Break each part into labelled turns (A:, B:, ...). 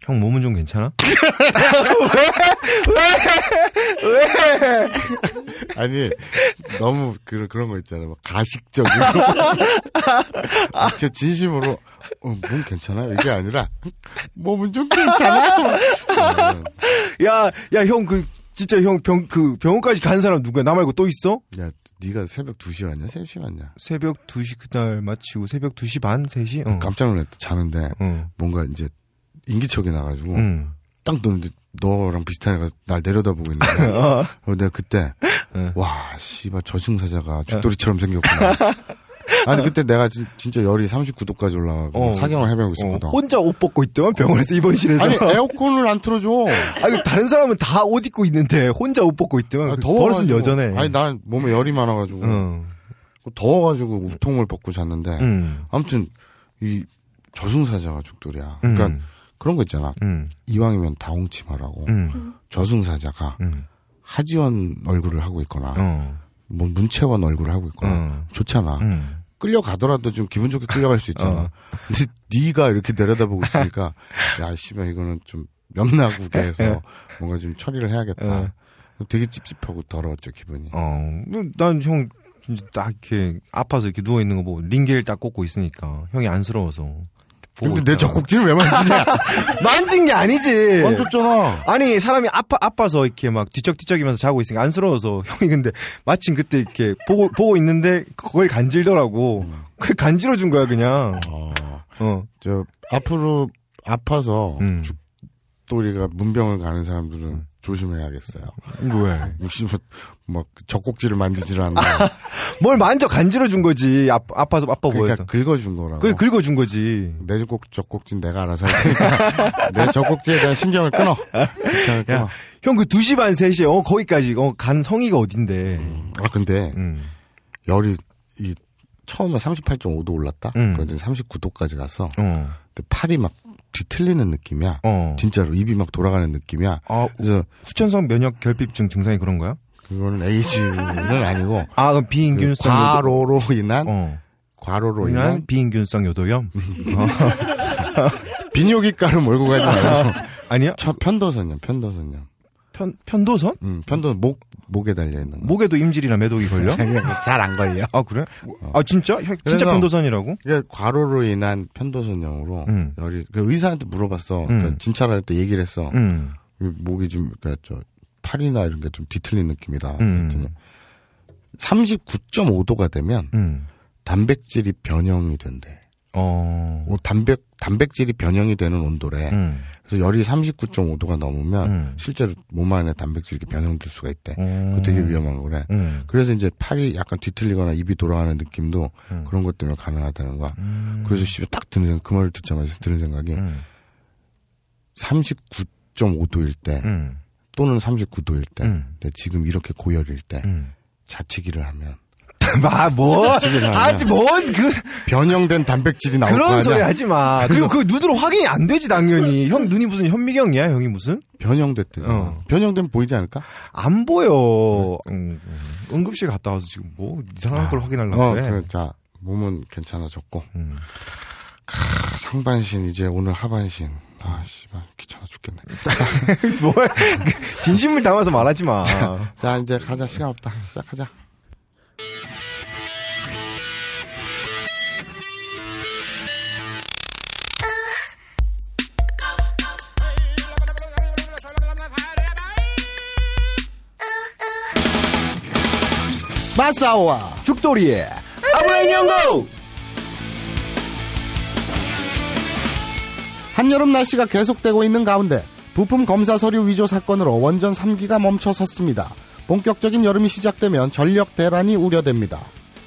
A: 형 몸은 좀 괜찮아?
B: 아니 너무 그, 그런 거 있잖아요. 막 가식적인. 거. 아, 저 진심으로 어, 몸 괜찮아요? 이게 아니라 몸은 좀 괜찮아요. 어,
A: 야, 야, 형, 그, 진짜 형 병, 그, 병원까지 간 사람 누구야? 나 말고 또 있어?
B: 야 네가 새벽 2시 왔냐? 3시 왔냐?
A: 새벽 2시 그날 마치고 새벽 2시 반? 3시? 응.
B: 깜짝 놀랐다. 자는데
A: 응.
B: 뭔가 이제 인기척이 나가지고
A: 응.
B: 딱 떴는데 너랑 비슷한 애가 날 내려다보고 있는 거야.
A: 어.
B: 그리고 내가 그때
A: 응.
B: 와 씨발
A: 네.
B: 저승사자가 죽돌이처럼 생겼구나. 아니 그때 내가 진, 진짜 열이 39도까지 올라가고
A: 어.
B: 사경을 헤매고
A: 어,
B: 있었거든.
A: 혼자 옷 벗고 있더만 병원에서 입원실에서.
B: 아니
A: 아니,
B: 에어컨을 안 틀어줘.
A: 다른 사람은 다 옷 입고 있는데 혼자 옷 벗고 있더만.
B: 아,
A: 그
B: 더워가지고.
A: 버릇은 여전해.
B: 아니 난 몸에 열이 많아가지고 그
A: 응.
B: 더워가지고 우통을 벗고
A: 음.
B: 잤는데
A: 응.
B: 아무튼 이 저승사자가 죽돌이야.
A: 응.
B: 그러니까 그런 거 있잖아.
A: 응.
B: 이왕이면 다홍치마라고
A: 응.
B: 저승사자가
A: 응.
B: 하지원 얼굴을 하고 있거나
A: 어.
B: 뭐 문채원 얼굴을 하고 있거나
A: 어.
B: 좋잖아.
A: 응.
B: 끌려가더라도 좀 기분 좋게 끌려갈 수 있잖아.
A: 어.
B: 근데 네가 이렇게 내려다보고 있으니까 야 씨발 이거는 좀 염나구게 해서 뭔가 좀 처리를 해야겠다. 되게 찝찝하고 더러웠죠 기분이.
A: 어. 난 형 진짜 딱 이렇게 아파서 이렇게 누워 있는 거 보고 링겔 딱 꽂고 있으니까 형이 안쓰러워서. 보고
B: 근데 내
A: 있다가.
B: 젖꼭지를 왜 만지냐?
A: 만진 게 아니지.
B: 만졌잖아.
A: 아니 사람이 아파 아파서 이렇게 막 뒤적뒤적이면서 자고 있으니까 안쓰러워서 형이 근데 마침 그때 이렇게 보고 보고 있는데 그걸 간질더라고. 그 간지러 준 거야 그냥.
B: 어,
A: 어.
B: 저 앞으로 아파서
A: 음.
B: 죽돌이가 문병을 가는 사람들은 조심해야겠어요.
A: 왜?
B: 무심한 막 젖꼭지를 만지질 않나.
A: 뭘 만져 간지러 준 거지. 아, 아파서 아파 보여서.
B: 그러니까 긁어준 거라고.
A: 그걸 긁어 준 거지.
B: 내 젖꼭 젖꼭지는 내가 알아서 할 테니까 내 젖꼭지에 대한 신경을 끊어. 신경을 끊어.
A: 야, 형 그 2시 반 3시에 어 거기까지 어, 간 성의가 어딘데. 음.
B: 아 근데 열이 이 처음에 38.5도 올랐다.
A: 음.
B: 그러더니 39도까지 가서
A: 어.
B: 근데 팔이 막 뒤틀리는 느낌이야.
A: 어.
B: 진짜로 입이 막 돌아가는 느낌이야.
A: 아,
B: 그래서
A: 후천성 면역 결핍증 증상이 그런 거야?
B: 그거는 에이즈는 아니고
A: 아, 그럼
B: 그
A: 비인균성 요도.
B: 과로로 인한
A: 어.
B: 과로로
A: 그냥
B: 인한
A: 비인균성 요도염?
B: 비뇨기과를 몰고 가지 말고
A: 아니야?
B: 첫 편도선염, 편도선염.
A: 편 편도선?
B: 음, 편도 목 목에 달려 있는 거.
A: 목에도 임질이나 매독이 걸려?
B: 잘안 걸려.
A: 아 그래? 아 진짜? 혀-
B: 그래서-
A: 진짜 편도선이라고?
B: 그러니까 과로로 인한 편도선염으로
A: 음.
B: 열이 그 의사한테 물어봤어.
A: 음.
B: 그러니까 진찰할 때 얘기를 했어.
A: 음.
B: 이 목이 좀 그러니까 저 팔이나 이런 게 좀 뒤틀린 느낌이다.
A: 음.
B: 그랬더니 39.5도가 되면
A: 음.
B: 단백질이 변형이 된대.
A: 어.
B: 어, 단백 단백질이 변형이 되는 온도래.
A: 음.
B: 그래서 열이 39.5도가 넘으면
A: 음.
B: 실제로 몸 안에 단백질이 이렇게 변형될 수가 있대.
A: 어.
B: 그거 되게 위험한 거래.
A: 음.
B: 그래서 이제 팔이 약간 뒤틀리거나 입이 돌아가는 느낌도
A: 음.
B: 그런 것 때문에 가능하다는 거야.
A: 음.
B: 그래서 씨발 딱 드는 생각, 그 말을 듣자마자 드는 생각이
A: 음.
B: 39.5도일 때
A: 음.
B: 또는 39도일 때
A: 음.
B: 근데 지금 이렇게 고열일 때
A: 음.
B: 자치기를 하면
A: 아, 뭐?
B: 지금 아니야.
A: 아직 뭔 그,
B: 변형된 단백질이 나올 거
A: 그런
B: 아니야.
A: 소리 하지 마. 그리고 그 눈으로 확인이 안 되지, 당연히. 형 눈이 무슨 현미경이야, 형이 무슨?
B: 변형됐대잖아.
A: 어.
B: 변형되면 보이지 않을까?
A: 안 보여. 음, 음. 응급실 갔다 와서 지금 뭐 이상한 걸 확인하려고
B: 어,
A: 그래.
B: 그, 자 몸은 괜찮아졌고
A: 음.
B: 아, 상반신 이제 오늘 하반신 아 씨발 귀찮아 죽겠네.
A: 뭘 진심을 담아서 말하지 마.
B: 자 이제 가자 시간 없다 시작하자. 마사오와
A: 죽돌이의 아브라인 연구!
B: 한여름 날씨가 계속되고 있는 가운데 부품 검사 서류 위조 사건으로 원전 3기가 멈춰섰습니다. 본격적인 여름이 시작되면 전력 대란이 우려됩니다.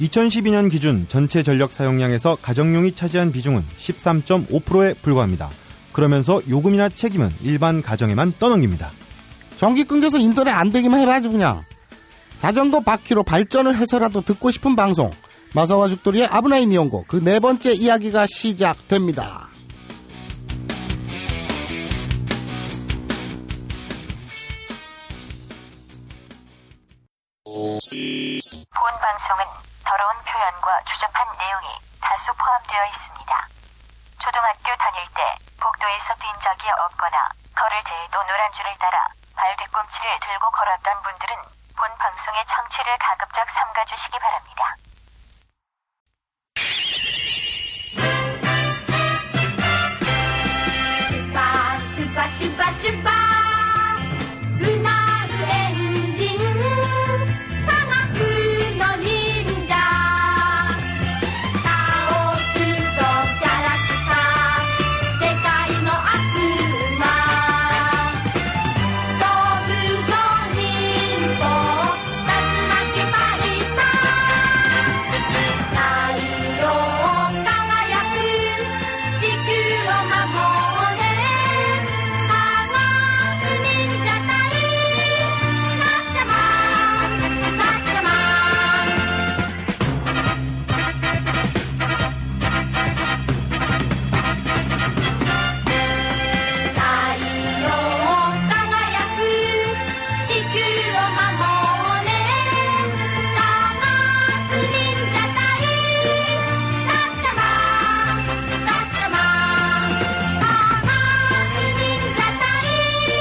A: 2012년 기준 전체 전력 사용량에서 가정용이 차지한 비중은 13.5%에 불과합니다. 그러면서 요금이나 책임은 일반 가정에만 떠넘깁니다.
B: 전기 끊겨서 인터넷 안 되기만 해봐야지 그냥. 자전거 바퀴로 발전을 해서라도 듣고 싶은 방송. 마사와 죽돌이의 아브나인 이용고 그 네 번째 이야기가 시작됩니다.
C: 본 방송은 더러운 표현과 추접한 내용이 다수 포함되어 있습니다. 초등학교 다닐 때 복도 학교에서 뛴 적이 없거나 걸을 때에도 노란 줄을 따라 발 뒤꿈치를 들고 걸었던 분들은 본 방송의 청취를 가급적 삼가주시기 바랍니다.
D: 슈바 슈바 슈바 루나루 엔진 방학 너 닌자 다오스 도 가라키타 세계의 노 악마 飛ぶ五輪を竜巻バリバー太陽輝く地球を守れ科学忍者隊ガッチャマンガッチャマン太陽輝く地球を守れ科学忍者隊ガッチャマンガッチャマン科学忍者隊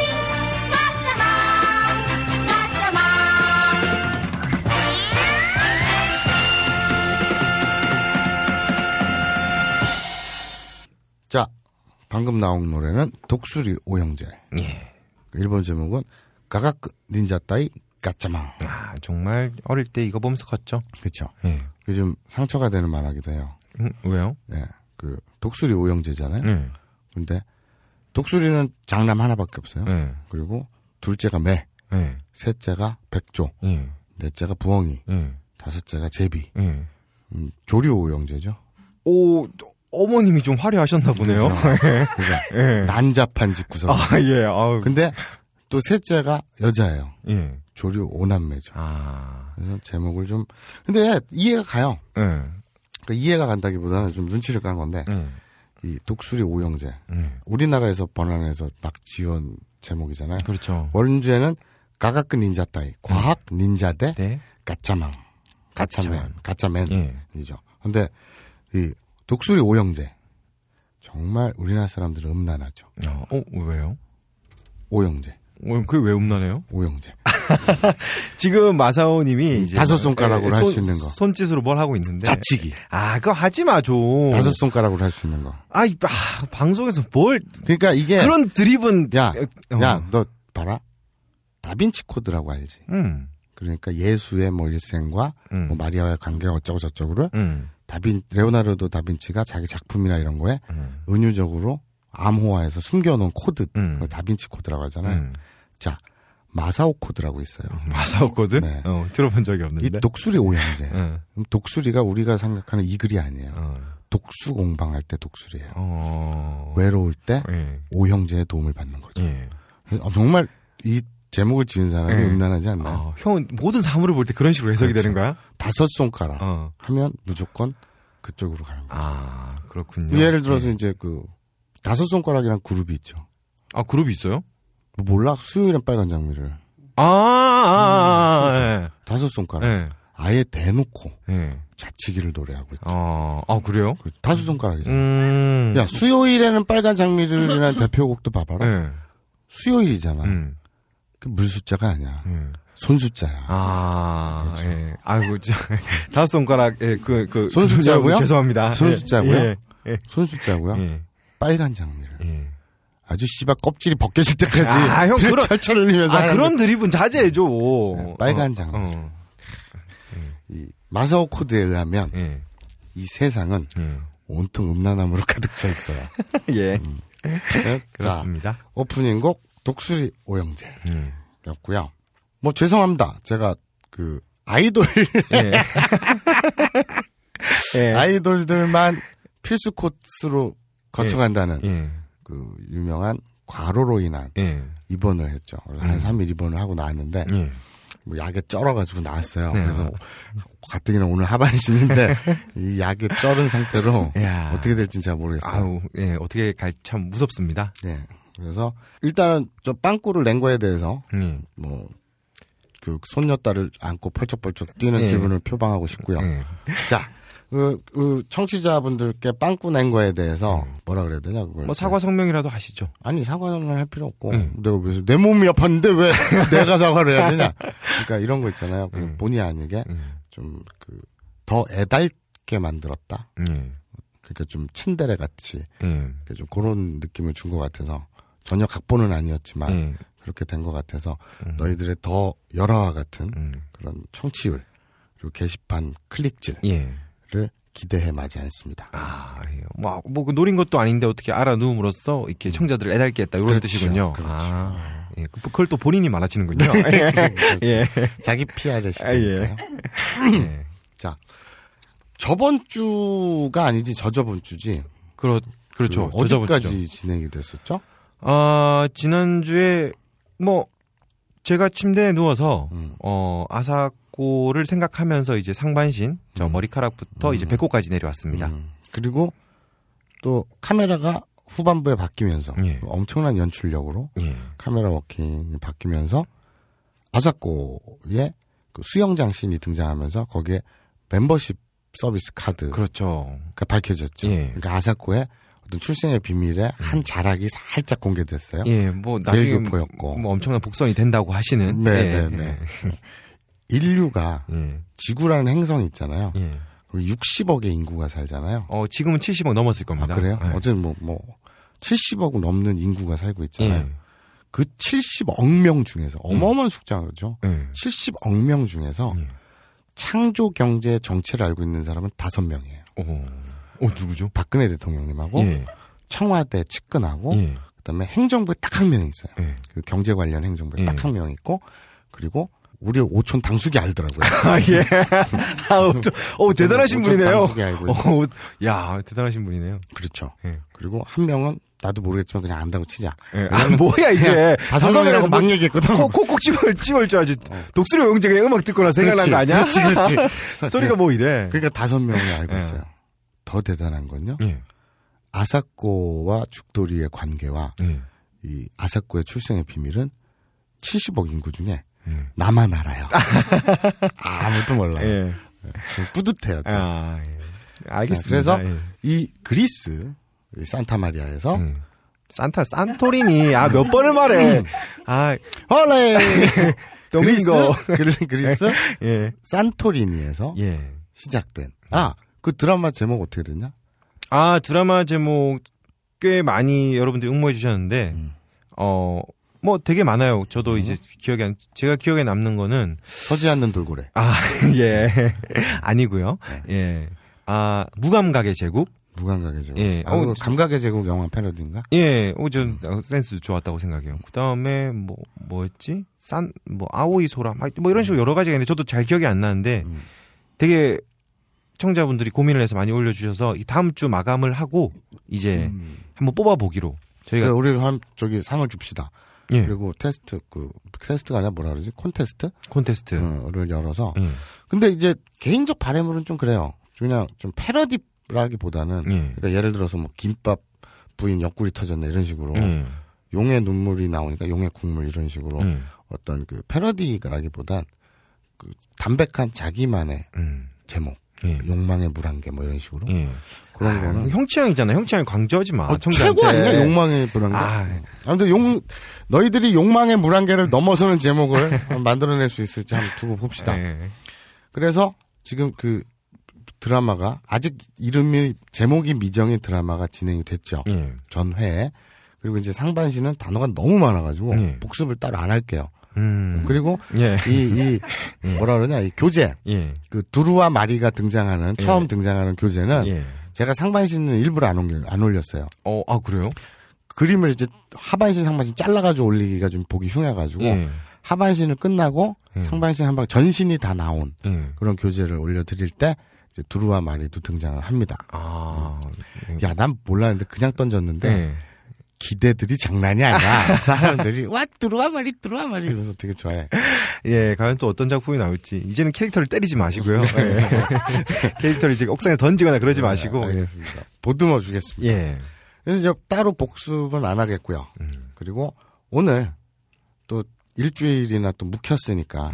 D: ガッチャマンガッチャマン
B: 자, 방금 나온 노래는 독수리 오형제.
A: 예.
B: 그 일본 제목은 가가크 닌자 따이 까짜마.
A: 아, 정말 어릴 때 이거 보면서 컸죠.
B: 그쵸.
A: 예.
B: 요즘 상처가 되는 말하기도 해요.
A: 음, 왜요?
B: 예. 그, 독수리 오형제잖아요.
A: 예.
B: 근데, 독수리는 장남 하나밖에 없어요.
A: 예.
B: 그리고, 둘째가 매,
A: 예.
B: 셋째가 백조,
A: 예.
B: 넷째가 부엉이,
A: 예.
B: 다섯째가 제비.
A: 예.
B: 음, 조류 오형제죠.
A: 오, 어머님이 좀 화려하셨나 보네요.
B: 그래서
A: 예.
B: 난잡한 집구석.
A: 아, 예. 아우.
B: 근데, 또 셋째가 여자예요.
A: 예.
B: 조류 오남매죠.
A: 아.
B: 그래서 제목을 좀, 근데 이해가 가요.
A: 예.
B: 그러니까 이해가 간다기보다는 좀 눈치를 깐 건데
A: 예.
B: 이 독수리 오형제
A: 예.
B: 우리나라에서 번안해서 막 지은 제목이잖아요.
A: 그렇죠.
B: 원제는 가가크 닌자 따위 과학 닌자 대
A: 네.
B: 가짜망 가짜맨
A: 예.
B: 가짜맨이죠. 근데 이 독수리 오형제 정말 우리나라 사람들은 음란하죠.
A: 어, 어, 왜요?
B: 오형제
A: 어, 그게 왜 음란해요?
B: 오형제
A: 아, 지금 마사오님이 이제
B: 다섯 손가락으로
A: 예,
B: 할수
A: 손-
B: 있는 거.
A: 손짓으로 뭘 하고 있는데.
B: 자치기
A: 아, 그거 하지 마 좀.
B: 네. 다섯 손가락으로 할 수 있는 거.
A: 아, 이- 아, 방송에서 뭘
B: 그러니까 이게
A: 그런 드립은 어.
B: 야야 너 봐라 다빈치 코드라고 알지?
A: 음.
B: 그러니까 예수의 뭐 일생과
A: 음.
B: 뭐 마리아와의 관계가 어쩌고 저쩌고를
A: 음.
B: 다빈 레오나르도 다빈치가 자기 작품이나 이런 거에
A: 음.
B: 은유적으로 암호화해서 숨겨놓은 코드
A: 음.
B: 그걸 다빈치 코드라고 하잖아요.
A: 음. 아,
B: 자 마사오 코드라고 있어요.
A: 마사오거든?
B: 네.
A: 어, 들어본 적이 없는데. 음.
B: 이 독수리 오형제.
A: 응.
B: 그럼 독수리가 우리가 생각하는 이글이 아니에요.
A: 어.
B: 독수 공방할 때 독수리예요.
A: 어.
B: 외로울 때
A: 예.
B: 오형제의 도움을 받는 거죠.
A: 예.
B: 어, 정말 이 제목을 지은 사람이
A: 네.
B: 음란하지 않나요?
A: 어, 형은 모든 사물을 볼 때 그런 식으로 해석이
B: 그렇죠.
A: 되는 거야?
B: 다섯 손가락
A: 어.
B: 하면 무조건 그쪽으로 가는 거예요.
A: 아, 그렇군요.
B: 예를 들어서
A: 예.
B: 이제 그 다섯 손가락이란 그룹이 있죠.
A: 아, 그룹이 있어요?
B: 뭐 몰라 수요일엔 빨간 장미를
A: 아, 아, 아,
B: 다섯
A: 아,
B: 손가락
A: 예.
B: 아예 대놓고
A: 예. 예.
B: 자치기를 노래하고 있죠.
A: 어, 아, 그래요?
B: 그 다섯 손가락이잖아. 요
A: 음.
B: 야 수요일에는 빨간 장미를이라는 대표곡도 봐봐라.
A: 예.
B: 수요일이잖아.
A: 음.
B: 그 물 숫자가 아니야.
A: 음.
B: 손 숫자야.
A: 아, 예. 아이고, 저, 다섯 손가락, 예, 그, 그.
B: 그렇죠. 손 숫자고요?
A: 죄송합니다.
B: 손
A: 예,
B: 숫자고요? 어.
A: 예.
B: 손 숫자고요.
A: 예.
B: 빨간 장미를
A: 예.
B: 아주 씨발 껍질이 벗겨질 때까지
A: 아, 형,
B: 피를
A: 그런-
B: 철철 흘리면서
A: 아,
B: 하는데
A: 그런 드립은 자제해줘.
B: 네, 빨간 장미.
A: 어,
B: 이 마사오 코드에 의하면
A: 예.
B: 이 세상은
A: 예.
B: 온통 음란함으로 가득 차 있어요.
A: 예.
B: 네? 자,
A: 그렇습니다.
B: 오프닝 곡 독수리 오영재였고요.
A: 음.
B: 뭐 죄송합니다. 제가 그 아이돌
A: 예. 예.
B: 아이돌들만 필수 코스로 거쳐간다는
A: 예.
B: 그 유명한 과로로 인한
A: 예.
B: 입원을 했죠. 한 3일 입원을 하고 나왔는데
A: 음. 예.
B: 뭐 약에 쩔어가지고 나왔어요.
A: 네.
B: 그래서 가뜩이나 오늘 하반신인데 이 약에 쩔은 상태로
A: 야.
B: 어떻게 될지 잘 모르겠어요.
A: 아우, 예. 어떻게 갈 참 무섭습니다.
B: 예. 그래서 일단은 저 빵꾸를 낸 거에 대해서
A: 예.
B: 뭐 그 손녀딸을 안고 펄쩍펄쩍 뛰는
A: 예.
B: 어. 기분을 표방하고 싶고요.
A: 예.
B: 자 그, 그 청취자분들께 빵꾸 낸 거에 대해서 뭐라 그래야 되냐 그걸.
A: 뭐 사과 성명이라도 하시죠.
B: 아니 사과는 할 필요 없고 내가 왜내 몸이 아팠는데 왜 내가 사과를 해야 되냐. 그러니까 이런 거 있잖아요. 그냥 본의 아니게 좀 그 더 애달게 만들었다.
A: 예.
B: 그러니까 좀 츤데레 같이
A: 예.
B: 그좀 그런 느낌을 준 것 같아서 전혀 각본은 아니었지만
A: 음.
B: 그렇게 된 것 같아서 너희들의 더 열화와 같은
A: 음.
B: 그런 청취율 그리고 게시판 클릭질을
A: 예.
B: 기대해 마지 않습니다.
A: 아, 예. 뭐, 뭐, 그 노린 것도 아닌데 어떻게 알아누움으로써 이렇게 청자들을 애달게 했다. 이런
B: 음. 그렇죠,
A: 뜻이군요.
B: 그렇죠. 네.
A: 아, 예. 그- 그걸 또 본인이 말아치는군요. 예. 예.
B: 자기 피아래 시대.
A: 아, 예. 예.
B: 네. 자 저번 주가 아니지 저저번 주지.
A: 그렇, 그렇죠.
B: 그
A: 저저번
B: 어디까지
A: 주죠.
B: 진행이 됐었죠?
A: 아, 지난주에, 뭐, 제가 침대에 누워서,
B: 음.
A: 어, 아사코를 생각하면서 이제 상반신, 저 머리카락부터 이제 배꼽까지 내려왔습니다.
B: 음. 그리고 또 카메라가 후반부에 바뀌면서 그
A: 예.
B: 엄청난 연출력으로
A: 예.
B: 카메라 워킹이 바뀌면서 아사코의 그 수영장 씬이 등장하면서 거기에 멤버십 서비스 카드가
A: 그렇죠.
B: 밝혀졌죠.
A: 예. 음.
B: 그러니까 아사코의 어떤 출생의 비밀의 한 자락이 살짝 공개됐어요.
A: 예, 뭐,
B: 제일
A: 나중에
B: 교포였고.
A: 뭐 엄청난 복선이 된다고 하시는.
B: 네,
A: 예,
B: 네, 네. 인류가
A: 예.
B: 지구라는 행성이 있잖아요.
A: 예. 예.
B: 60억의 인구가 살잖아요.
A: 어, 지금은 70억 넘었을
B: 아
A: 겁니다.
B: 그래요?
A: 예.
B: 어쨌든 뭐, 뭐 70억 넘는 인구가 살고 있잖아요.
A: 예.
B: 그 70억 명 중에서 어마어마한 숫자죠.
A: 예.
B: 70억 명 중에서
A: 예.
B: 창조 경제의 정체를 알고 있는 사람은 다섯 명이에요.
A: 오. 어, 누구죠?
B: 박근혜 대통령님하고
A: 예.
B: 청와대 측근하고
A: 예.
B: 그다음에 행정부에 딱 한 명 있어요.
A: 예.
B: 그 경제 관련 행정부에
A: 예.
B: 딱 한 명 있고 그리고 우리 오촌 당숙이 알더라고요.
A: 아, 예. 아, 어, 저- 어, 대단하신
B: 오촌
A: 분이네요.
B: 당숙이 알고 있고.
A: 어, 야, 대단하신 분이네요.
B: 그렇죠.
A: 예.
B: 그리고 한 명은 나도 모르겠지만 그냥 안다고 치자.
A: 예. 아, 뭐야, 이게.
B: 다섯 명이라서
A: 명이라서
B: 막
A: 뭐
B: 얘기했거든.
A: 콕, 콕콕 찝을, 찝을 줄 알지. 독수리 오영재 그냥 음악 듣거나 생각난
B: 그렇지,
A: 거 아니야?
B: 그렇지, 그렇지.
A: 스토리가 뭐 이래.
B: 그러니까 다섯 명이 알고
A: 예.
B: 있어요. 더 대단한 건요.
A: 예.
B: 아사코와 죽돌이의 관계와
A: 예.
B: 이 아사코의 출생의 비밀은 70억 인구 중에
A: 음.
B: 나만 알아요. 아무도 몰라요.
A: 예.
B: 뿌듯해요. 좀.
A: 아, 예. 알겠습니다.
B: 그래서
A: 예.
B: 이 그리스 이 산타마리아에서
A: 음. 산타, 산토리니. 아, 몇 번을 말해. 아,
B: 헐레 그리스
A: 도밍고.
B: 그리- 그리스
A: 예.
B: 산토리니에서
A: 예.
B: 시작된 아 그 드라마 제목 어떻게 됐냐?
A: 아 드라마 제목 꽤 많이 여러분들이 응모해 주셨는데
B: 음.
A: 어 뭐 되게 많아요. 저도 이제 기억에 안, 제가 기억에 남는 거는
B: 서지 않는 돌고래.
A: 아 예 아니고요.
B: 네.
A: 예. 예아 무감각의 제국
B: 무감각의 제국.
A: 예.
B: 아, 그거
A: 어,
B: 감각의 제국 영화 패러디인가?
A: 예오전 센스 좋았다고 생각해요. 그 다음에 뭐 뭐였지 산 뭐 아오이 소라 막 뭐 이런 식으로 여러 가지가 있는데 저도 잘 기억이 안 나는데
B: 음.
A: 되게 청자분들이 고민을 해서 많이 올려주셔서 이 다음 주 마감을 하고 이제
B: 음.
A: 한번 뽑아보기로
B: 그래,
A: 저희가
B: 그러니까 우리 한 저기 상을 줍시다.
A: 예.
B: 그리고 테스트 그 테스트가 아니라 뭐라 그러지 콘테스트를
A: 콘테스트
B: 열어서
A: 예.
B: 근데 이제 개인적 바람으로는 좀 그래요 그냥 좀 패러디라기보다는
A: 예.
B: 그러니까 예를 들어서 뭐 김밥 부인 옆구리 터졌네 이런 식으로
A: 예.
B: 용의 눈물이 나오니까 용의 국물 이런 식으로
A: 예.
B: 어. 어떤 그 패러디라기보단 그 담백한 자기만의
A: 음.
B: 제목
A: 예.
B: 욕망의 물 한 개 뭐 이런 식으로
A: 예.
B: 그런 거는
A: 형 취향이잖아. 형 취향이 광저하지 마.
B: 어,
A: 청자한테. 예,
B: 최고 아니냐 욕망의 물 한 개.
A: 아.
B: 아무튼 용 너희들이 욕망의 물 한 개를 넘어서는 제목을 한번 만들어낼 수 있을지 한번 두고 봅시다.
A: 예.
B: 그래서 지금 그 드라마가 아직 이름이 제목이 미정의 드라마가 진행이 됐죠.
A: 예.
B: 전회에 그리고 이제 상반신은 단어가 너무 많아가지고
A: 예.
B: 복습을 따로 안 할게요.
A: 음.
B: 어,
A: 네.
B: 그리고
A: 예.
B: 이, 이 뭐라 그러냐 이 교재
A: 예.
B: 그 두루와 마리가 등장하는 처음 등장하는 교재는
A: 네. 예.
B: 제가 상반신은 일부러 안, 옮겨, 안 올렸어요.
A: 어, 아 그래요?
B: 그림을 이제 하반신 상반신 잘라가지고 올리기가 좀 보기 흉해가지고
A: 예.
B: 하반신을 끝나고 상반신 한방 전신이 다 나온
A: 예.
B: 그런 교재를 올려드릴 때 이제 두루와 마리도 등장을 합니다.
A: 아.
B: 야 난 몰랐는데 그냥 던졌는데
A: 예.
B: 기대들이 장난이 아니야. 사람들이 와 두루와 마리 두루와 마리 이러면서 되게 좋아해.
A: 예, 과연 또 어떤 작품이 나올지. 이제는 캐릭터를 때리지 마시고요. 예. 캐릭터를 이제 옥상에 던지거나 그러지 마시고. 예.
B: 네. 알겠습니다. 보듬어 주겠습니다.
A: 예.
B: 그래서 이제 따로 복습은 안 하겠고요.
A: 음.
B: 그리고 오늘 또
A: 음.
B: 일주일이나 또 묵혔으니까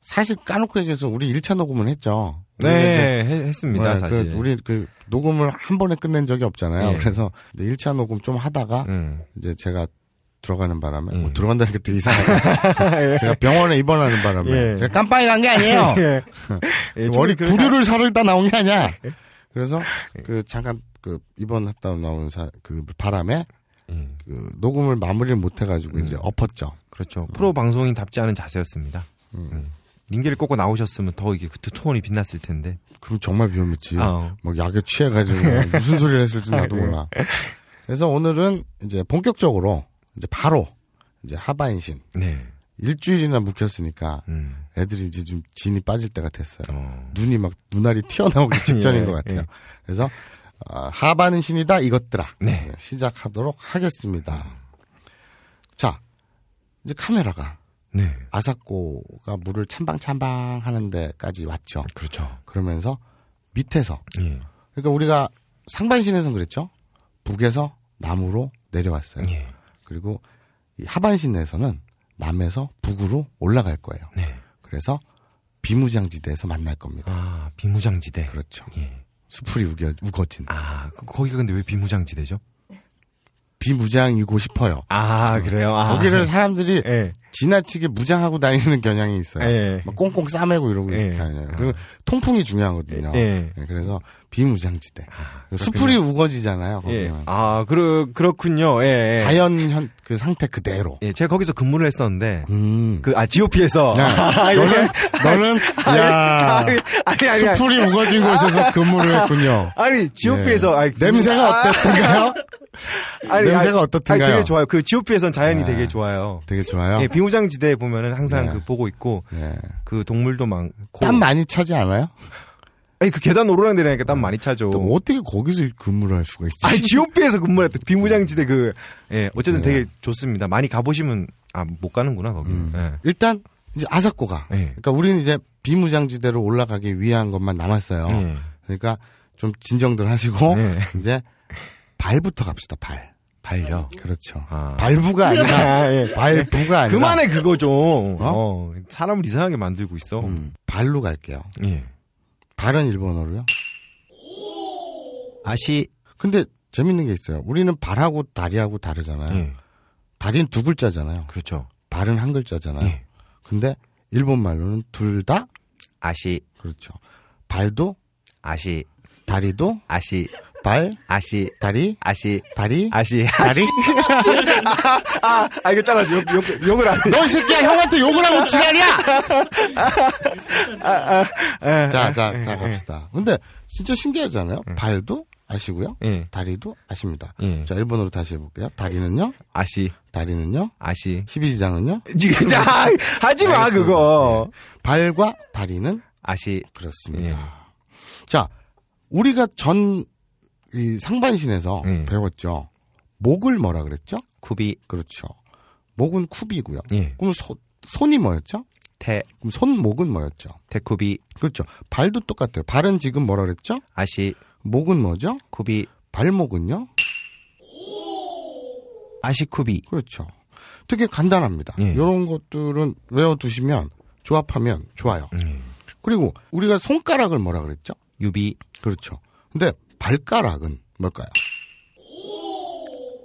B: 사실 까놓고 얘기해서 우리 1차 녹음은 했죠. 우리가 이제
A: 네, 해- 했습니다,
B: 네,
A: 사실.
B: 그 우리 그 녹음을 한 번에 끝낸 적이 없잖아요.
A: 예.
B: 그래서 이제 1차 녹음 좀 하다가
A: 음.
B: 이제 제가 들어가는 바람에
A: 음.
B: 뭐 들어간다는 게 되게 이상하다. 제가 병원에 입원하는 바람에
A: 예.
B: 제가 깜빡이 간 게 아니에요.
A: 예. 예, 좀
B: 머리
A: 그-
B: 부류를 사르다 나온 게 아니야. 그래서
A: 예.
B: 그 잠깐 그 입원했다 나온 사, 그 바람에
A: 음,
B: 그 녹음을 마무리를 못 해가지고 이제 엎었죠.
A: 그렇죠. 프로 방송인답지 않은 자세였습니다. 음. 링기를 꽂고 나오셨으면 더 이게 그때 투혼이 빛났을 텐데.
B: 그럼 정말 위험했지.
A: 어.
B: 막 약에 취해가지고
A: 네.
B: 막 무슨 소리를 했을지 나도 몰라. 그래서 오늘은 이제 본격적으로 이제 바로 이제 하반신
A: 네.
B: 일주일이나 묵혔으니까
A: 음.
B: 애들이 이제 좀 진이 빠질 때가 됐어요.
A: 어.
B: 눈이 막 눈알이 튀어나오기 직전인
A: 예,
B: 것 같아요.
A: 예.
B: 그래서 아, 하반신이다 이것들아
A: 네.
B: 시작하도록 하겠습니다. 자 이제 카메라가
A: 네.
B: 아사코가 물을 찬방찬방 하는 데까지 왔죠.
A: 그렇죠.
B: 그러면서 밑에서
A: 예.
B: 그러니까 우리가 상반신에서는 그랬죠. 북에서 남으로 내려왔어요.
A: 예.
B: 그리고 이 하반신에서는 남에서 북으로 올라갈 거예요.
A: 네.
B: 그래서 비무장지대에서 만날 겁니다.
A: 아, 비무장지대.
B: 그렇죠.
A: 예.
B: 수풀이 우겨, 우거진.
A: 아, 그- 거기가 근데 왜 비무장지대죠?
B: 비무장이고 싶어요.
A: 아, 그래요? 아.
B: 거기를 사람들이
A: 예.
B: 지나치게 무장하고 다니는 경향이 있어요.
A: 예.
B: 막 꽁꽁 싸매고 이러고
A: 예.
B: 있 다녀요. 그리고 통풍이 중요하거든요.
A: 예. 아,
B: 예, 그래서 비무장지대. 수풀이 우거지잖아요.
A: 예.
B: 거기는.
A: 아, 그러, 그렇군요. 예. 예.
B: 자연 현, 그 상태 그대로.
A: 예, 제가 거기서 근무를 했었는데,
B: 음.
A: 그, 아, GOP에서.
B: 야,
A: 아, 예.
B: 너는, 너는, 야,
A: 아니, 예. 아니, 아니. 아니.
B: 수풀이 우거진 곳에서 근무를 했군요.
A: 아니, GOP에서. 그 아.
B: 예. 냄새가 어땠던가요? 냄새가 어떻든가요?
A: 아니, 되게 좋아요. 그 GOP에선 자연이
B: 아.
A: 되게 좋아요.
B: 되게 좋아요.
A: 예, 비무장지대에 보면은 항상
B: 네.
A: 그 보고 있고,
B: 예.
A: 그 동물도 많고.
B: 땀 많이 차지 않아요?
A: 아니, 그 계단 오르락 내리니까 땀 많이 차죠.
B: 어. 또 뭐- 어떻게 거기서 근무를 할 수가 있지?
A: 아니, GOP에서 근무를 했던 비무장지대 그, 예, 어쨌든
B: 네.
A: 되게 좋습니다. 많이 가보시면, 아, 못 가는구나, 거기.
B: 음.
A: 예.
B: 일단 이제 아사코가
A: 예.
B: 그러니까 우리는 이제 비무장지대로 올라가기 위한 것만 남았어요.
A: 예.
B: 그러니까 좀 진정들 하시고
A: 예.
B: 이제 발부터 갑시다. 발.
A: 발려.
B: 그렇죠.
A: 아.
B: 발부가 아니라
A: 아, 예.
B: 발부가 아니라
A: 그만해, 그거 좀.
B: 어?
A: 어? 사람을 이상하게 만들고 있어.
B: 음, 발로 갈게요.
A: 예.
B: 발은 일본어로요.
A: 아시.
B: 근데 재밌는 게 있어요. 우리는 발하고 다리하고 다르잖아요.
A: 예.
B: 다리는 두 글자잖아요.
A: 그렇죠.
B: 발은 한 글자잖아요.
A: 예.
B: 근데 일본 말로는 둘 다
A: 아시.
B: 그렇죠. 발도
A: 아시.
B: 다리도
A: 아시.
B: 발
A: 아시.
B: 다리
A: 아시.
B: 다리
A: 아시. 아시. 아, 아, 이거 잘라줘. 욕, 욕, 욕을 안 해.
B: 너 이 새끼야 형한테 욕을 하고 지랄이야.
A: 예.
B: 자, 자, 자 갑시다. 근데 진짜 신기하잖아요. 발도 아시고요.
A: 예.
B: 다리도 아십니다.
A: 예.
B: 자, 일본어로 다시 해볼게요. 다리는요?
A: 아시.
B: 다리는요?
A: 아시. 음.
B: 12지장은요?
A: 진짜, 하지 마, 그거.
B: 발과 다리는
A: 예. 아시.
B: 그렇습니다.
A: 예.
B: 자, 우리가 전 이 상반신에서
A: 예.
B: 배웠죠. 목을 뭐라 그랬죠?
A: 쿠비.
B: 그렇죠. 목은 쿱이고요.
A: 예.
B: 그럼 손, 손이 뭐였죠?
A: 테.
B: 그럼 손목은 뭐였죠?
A: 테쿠비.
B: 그렇죠. 발도 똑같아요. 발은 지금 뭐라 그랬죠?
A: 아시.
B: 목은 뭐죠?
A: 쿠비.
B: 발목은요?
A: 아시쿠비.
B: 그렇죠. 되게 간단합니다.
A: 예.
B: 이런 것들은 외워두시면 조합하면 좋아요.
A: 예.
B: 그리고 우리가 손가락을 뭐라 그랬죠?
A: 유비.
B: 그렇죠. 근데 발가락은 뭘까요?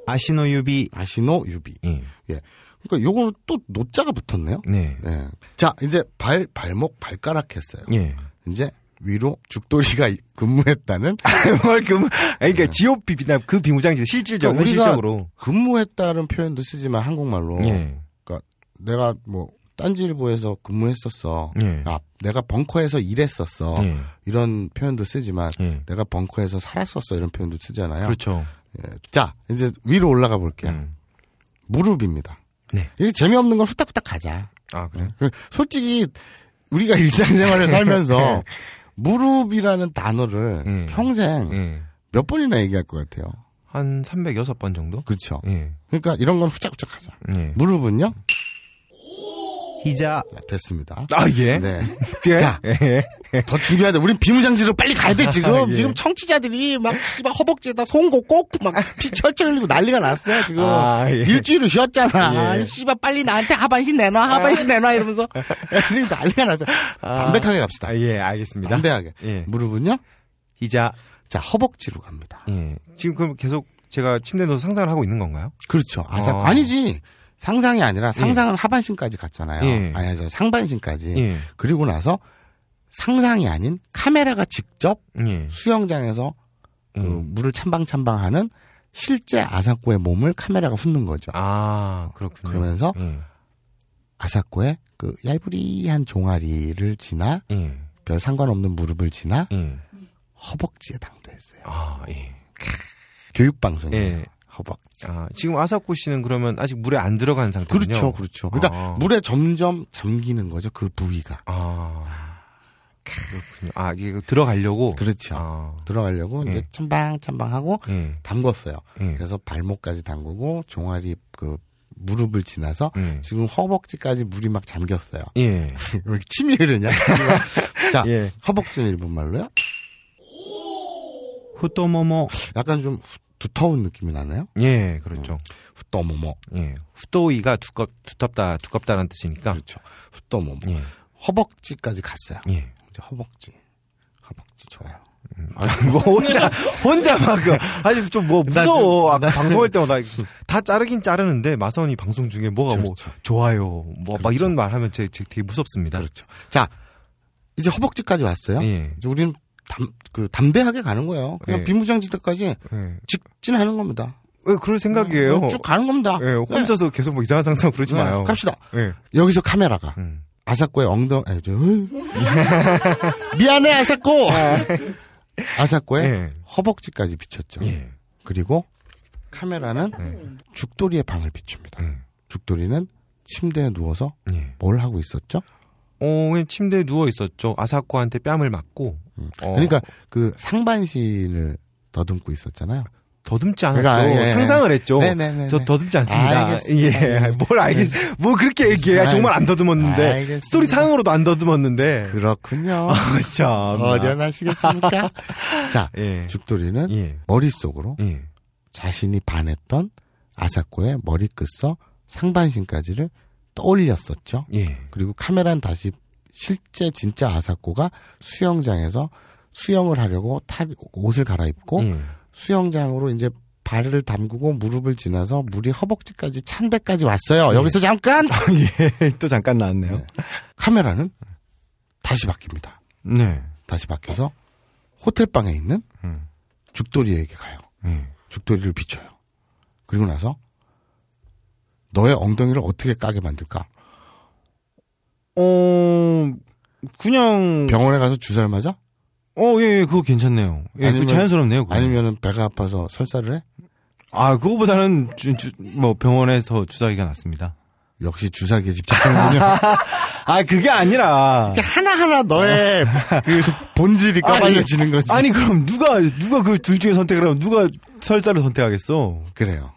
A: 아시노 유비.
B: 아시노 유비.
A: 예.
B: 예. 그러니까 요거는 또 노자가 붙었네요.
A: 네.
B: 예. 자, 이제 발, 발목, 발가락 했어요.
A: 예.
B: 이제 위로 죽돌이가 근무했다는
A: 뭘 그, 아니, 그러니까 GOP 비나 그 비무장지대 실질적으로
B: 네. 그러니까 우리가-
A: 실적으로.
B: 근무했다는 표현도 쓰지만 한국말로
A: 예.
B: 그러니까 내가 뭐 딴지일보에서 근무했었어.
A: 예.
B: 아, 내가 벙커에서 일했었어.
A: 예.
B: 이런 표현도 쓰지만
A: 예.
B: 내가 벙커에서 살았었어 이런 표현도 쓰잖아요.
A: 그렇죠.
B: 예. 자, 이제 위로 올라가 볼게요.
A: 음.
B: 무릎입니다.
A: 네.
B: 이게 재미없는 건 후딱후딱 가자.
A: 아, 그래?
B: 그 솔직히 우리가 일상생활을 살면서 무릎이라는 단어를
A: 네. 음.
B: 평생
A: 예.
B: 몇 번이나 얘기할 것 같아요.
A: 한 306번 정도?
B: 그렇죠. 예.
A: 예.
B: 그러니까 이런 건 후짝후짝 하자.
A: 예.
B: 무릎은요?
A: 희자.
B: 됐습니다.
A: 아, 예.
B: 네.
A: 예.
B: 자.
A: 예.
B: 더 중요하다. 우린 비무장지로 빨리 가야 돼, 지금.
A: 예.
B: 지금 청취자들이 막, 씨발, 허벅지에다 송곳 꼭, 막, 피 철철 흘리고 난리가 났어요, 지금.
A: 아, 예.
B: 일주일을 쉬었잖아.
A: 예.
B: 씨발, 빨리 나한테 하반신 내놔, 하반신 내놔, 이러면서. 지금 난리가 났어요. 담백하게 갑시다.
A: 아, 예, 알겠습니다.
B: 담대하게.
A: 예.
B: 무릎은요?
A: 희자.
B: 자, 허벅지로 갑니다.
A: 예. 지금 그럼 계속 제가 침대에 누워서 상상을 하고 있는 건가요?
B: 그렇죠. 아삭.
A: 아.
B: 아니지. 상상이 아니라 상상은 하반신까지 갔잖아요.
A: 예.
B: 아니, 저 상반신까지.
A: 예.
B: 그리고 나서 상상이 아닌 카메라가 직접
A: 예.
B: 수영장에서 그
A: 음.
B: 물을 찬방찬방하는 실제 아사코의 몸을 카메라가 훑는 거죠.
A: 아, 그렇군요.
B: 그러면서
A: 예.
B: 아사코의 그 얄부리한 종아리를 지나
A: 예.
B: 별 상관없는 무릎을 지나
A: 예.
B: 허벅지에 당도했어요.
A: 아, 예.
B: 교육방송이에요.
A: 예.
B: 허벅지.
A: 아, 지금 아사코 씨는 그러면 아직 물에 안 들어간 상태군요.
B: 그렇죠, 그렇죠. 그러니까
A: 아.
B: 물에 점점 잠기는 거죠. 그 부위가.
A: 아. 그렇군요. 아, 이게 들어가려고.
B: 그렇죠.
A: 아.
B: 들어가려고
A: 예.
B: 이제 찬방찬방하고
A: 예.
B: 담궜어요.
A: 예.
B: 그래서 발목까지 담그고 종아리 그 무릎을 지나서
A: 예.
B: 지금 허벅지까지 물이 막 잠겼어요.
A: 예.
B: 왜 이렇게 침이 흐르냐? 자,
A: 예.
B: 허벅지는 일본 말로요?
A: 후또모모.
B: 약간 좀 후- 두터운 느낌이 나나요?
A: 예, 그렇죠.
B: 후떠모모.
A: 예. 후또이가 두껍 두텁다 두껍다라는 뜻이니까.
B: 그렇죠. 후떠모모.
A: 예.
B: 허벅지까지 갔어요.
A: 예.
B: 이제 허벅지. 허벅지 좋아요.
A: 뭐 혼자 혼자 막 그, 아니 좀 뭐 무서워. 아까 방송할 때마다
B: 음.
A: 다 자르긴 자르는데 마선이 방송 중에 뭐가 뭐 좋아요. 뭐 막 이런 말 하면 제, 제 되게 무섭습니다.
B: 그렇죠. 자, 이제 허벅지까지 왔어요.
A: 예.
B: 이제 우리는 담, 그, 담대하게 가는 거예요. 그냥
A: 예.
B: 비무장지대까지
A: 예.
B: 직진하는 겁니다.
A: 왜 그럴 생각이에요?
B: 어, 쭉 가는 겁니다.
A: 예, 혼자서 계속 뭐 이상한 상상 그러지
B: 네,
A: 마요.
B: 갑시다.
A: 예.
B: 여기서 카메라가
A: 음.
B: 아사코의 엉덩 아니, 저, 으이. 미안해 아사코 아사코의
A: 예.
B: 허벅지까지 비쳤죠.
A: 예.
B: 그리고 카메라는 죽돌이의 방을 비춥니다.
A: 음.
B: 죽돌이는 침대에 누워서
A: 예.
B: 뭘 하고 있었죠?
A: 어, 그냥 침대에 누워 있었죠. 아사코한테 뺨을 맞고. 어,
B: 그러니까 그 상반신을 더듬고 있었잖아요.
A: 더듬지 않았죠.
B: 그러니까, 예, 예.
A: 상상을 했죠.
B: 네네네네.
A: 어, 저 더듬지 않습니다.
B: 알겠습니다. 네. 아,
A: 예. 뭘 알겠, 뭐 그렇게 얘기해. 정말 안 더듬었는데.
B: 알겠습니다.
A: 스토리 상으로도 안 더듬었는데.
B: 그렇군요.
A: 그렇죠.
B: 어련하시겠습니까? 자,
A: 예.
B: 어, 죽돌이는
A: 예.
B: 머릿속으로
A: 예.
B: 자신이 반했던 아사코의 머리끝서 상반신까지를 떠올렸었죠.
A: 예.
B: 그리고 카메라는 다시 실제 진짜 아사코가 수영장에서 수영을 하려고 탈, 옷을 갈아입고
A: 예.
B: 수영장으로 이제 발을 담그고 무릎을 지나서 물이 허벅지까지 찬 데까지 왔어요. 여기서 잠깐
A: 예. 또 잠깐 나왔네요.
B: 네. 카메라는 다시 바뀝니다.
A: 네.
B: 다시 바뀌어서 호텔 방에 있는
A: 음.
B: 죽돌이에게 가요.
A: 예.
B: 죽돌이를 비춰요. 그리고 나서 너의 엉덩이를 어떻게 까게 만들까?
A: 어, 그냥.
B: 병원에 가서 주사를 맞아?
A: 어, 예, 예, 그거 괜찮네요. 예,
B: 아니면-
A: 그 자연스럽네요. 그거.
B: 아니면은 배가 아파서 설사를 해?
A: 아, 그거보다는 주, 주, 뭐 병원에서 주사기가 낫습니다.
B: 역시 주사기에 집착하는군요.
A: 아, 그게 아니라.
B: 하나하나 너의 그 본질이 까발려지는 거지.
A: 아니 그럼 누가 누가 그 둘 중에 선택을 하면 누가 설사를 선택하겠어?
B: 그래요.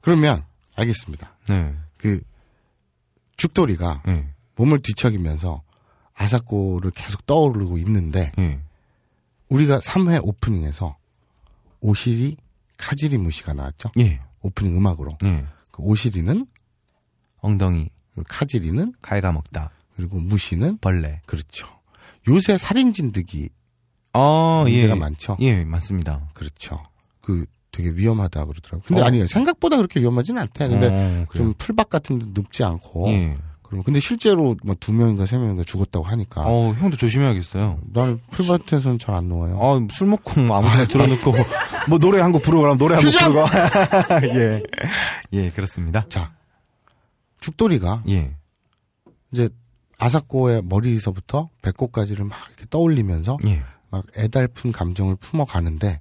B: 그러면 알겠습니다.
A: 네.
B: 그 죽돌이가
A: 예.
B: 몸을 뒤척이면서 아사코를 계속 떠오르고 있는데
A: 예.
B: 우리가 3회 오프닝에서 오시리 카지리 무시가 나왔죠.
A: 예.
B: 오프닝 음악으로.
A: 예.
B: 그 오시리는
A: 엉덩이
B: 그리고 카지리는
A: 갉아먹다.
B: 그리고 무시는
A: 벌레.
B: 그렇죠. 요새 살인 진드기
A: 아, 예.
B: 문제가 많죠.
A: 예, 맞습니다.
B: 그렇죠. 그 되게 위험하다 그러더라고요. 근데
A: 어.
B: 아니에요. 생각보다 그렇게 위험하지는 않대. 근데
A: 어, 그래요?
B: 좀 풀밭 같은 데 눕지 않고
A: 예.
B: 그러면 근데 실제로 뭐 두 명인가 세 명인가 죽었다고 하니까
A: 어, 형도 조심해야겠어요.
B: 난 풀밭에서는 잘 안 누워요.
A: 아, 술 먹고 뭐 아무거나 들어놓고 뭐 노래 한 곡 부르고 그럼 노래 한 곡
B: 휴전!
A: 부르고. 예. 예, 그렇습니다.
B: 자, 죽돌이가
A: 예.
B: 이제 아사코의 머리에서부터 배꼽까지를 막 이렇게 떠올리면서
A: 예.
B: 막 애달픈 감정을 품어가는데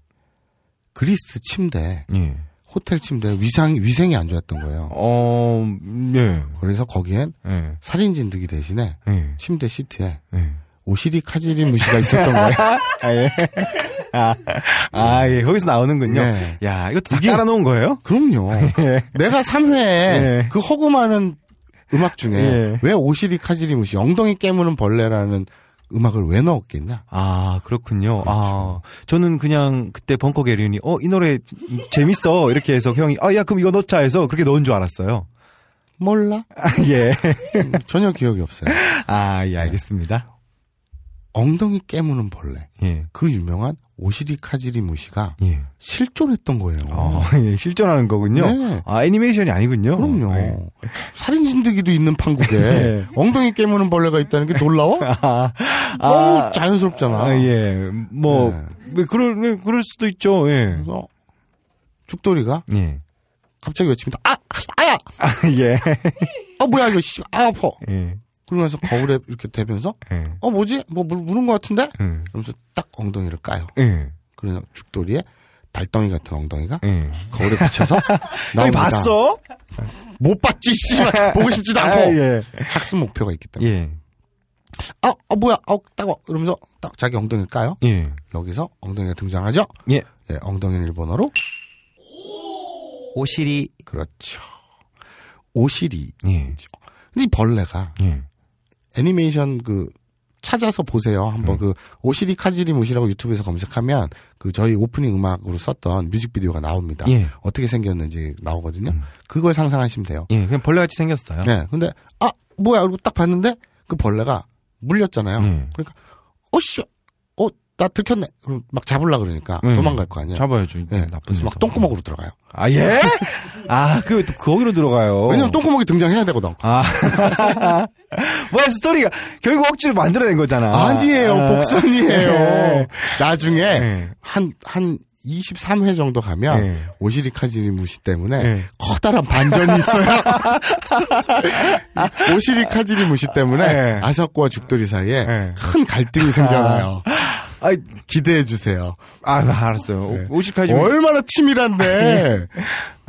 B: 그리스 침대,
A: 예.
B: 호텔 침대 위상 위생이 안 좋았던 거예요.
A: 어, 음, 예.
B: 그래서 거기엔
A: 예.
B: 살인 진드기 대신에
A: 예.
B: 침대 시트에
A: 예.
B: 오시리 카지리 무시가 있었던 거예요.
A: 아, 예. 아, 아, 예. 거기서 나오는군요.
B: 네.
A: 야, 이것도 다 깔아놓은 거예요?
B: 그럼요. 내가 3회에
A: 예.
B: 그 허구많은 음악 중에
A: 예.
B: 왜 오시리 카지리무시 엉덩이 깨무는 벌레라는 음악을 왜 넣었겠냐?
A: 아, 그렇군요. 아, 저는 그냥 그때 벙커 게리온이 어, 이 노래 재밌어. 이렇게 해서 형이 아, 야, 그럼 이거 넣자 해서 그렇게 넣은 줄 알았어요.
B: 몰라?
A: 아, 예.
B: 전혀 기억이 없어요.
A: 아, 예, 알겠습니다.
B: 엉덩이 깨무는 벌레.
A: 예.
B: 그 유명한 오시리 카지리무시가
A: 예.
B: 실존했던 거예요.
A: 어, 예, 실존하는 거군요.
B: 네.
A: 아, 애니메이션이 아니군요.
B: 그럼요.
A: 예.
B: 살인 진드기도 있는 판국에
A: 예.
B: 엉덩이 깨무는 벌레가 있다는 게 놀라워?
A: 아,
B: 너무
A: 아,
B: 자연스럽잖아.
A: 아, 예. 뭐,
B: 네.
A: 왜 그럴, 왜 그럴 수도 있죠. 예.
B: 그래서 죽돌이가
A: 예.
B: 갑자기 외칩니다. 아, 아야,
A: 아, 예.
B: 아 뭐야 이거 씨, 아 아파.
A: 예.
B: 그러면서 거울에 이렇게 대면서
A: 예.
B: 어 뭐지? 뭐 물, 무는 것 같은데?
A: 음.
B: 그러면서 딱 엉덩이를 까요.
A: 예.
B: 그래서 죽돌이의 달덩이 같은 아, 엉덩이가
A: 예.
B: 거울에 비쳐서
A: 형이
B: 나옵니다.
A: 봤어?
B: 못 봤지 씨발 보고 싶지도 않고
A: 아, 예.
B: 학습 목표가 있기 때문에
A: 예.
B: 아, 아 뭐야 아 따가 이러면서 딱 자기 엉덩이를 까요
A: 예.
B: 여기서 엉덩이가 등장하죠
A: 예.
B: 예, 엉덩이는 일본어로
A: 오시리.
B: 그렇죠 오시리
A: 예.
B: 근데 이 벌레가
A: 예.
B: 애니메이션 그 찾아서 보세요. 한번
A: 음.
B: 그 오시리 카지리 무시라고 유튜브에서 검색하면 그 저희 오프닝 음악으로 썼던 뮤직비디오가 나옵니다.
A: 예. 음.
B: 어떻게 생겼는지 나오거든요. 그걸 상상하시면 돼요.
A: 예. 그냥 벌레같이 생겼어요.
B: 네. 근데 아 뭐야? 그리고 딱 봤는데 그 벌레가 물렸잖아요.
A: 예.
B: 그러니까 어씨, 어나 들켰네. 그럼 막 잡으려 그러니까
A: 예.
B: 도망갈 거 아니에요.
A: 잡아야죠.
B: 예.
A: 나쁜
B: 그래서
A: 데서.
B: 막 똥구멍으로 들어가요.
A: 아, 예? 아, 그, 또 거기로 들어가요.
B: 왜냐면 똥구멍이 등장해야 되거든.
A: 아. 뭐야, 스토리가 결국 억지로 만들어낸 거잖아.
B: 아, 니에요
A: 아.
B: 복선이에요.
A: 예.
B: 나중에
A: 예.
B: 한, 한 23회 정도 가면
A: 예.
B: 오시리 카지리 무시 때문에
A: 예.
B: 커다란 반전이 있어요. 오시리 카지리 무시 때문에
A: 예.
B: 아사코와 죽돌이 사이에
A: 예.
B: 큰 갈등이 생겨나요.
A: 아이,
B: 기대해 주세요.
A: 아, 나 알았어요.
B: 네.
A: 오, 시리카지리
B: 얼마나 치밀한데.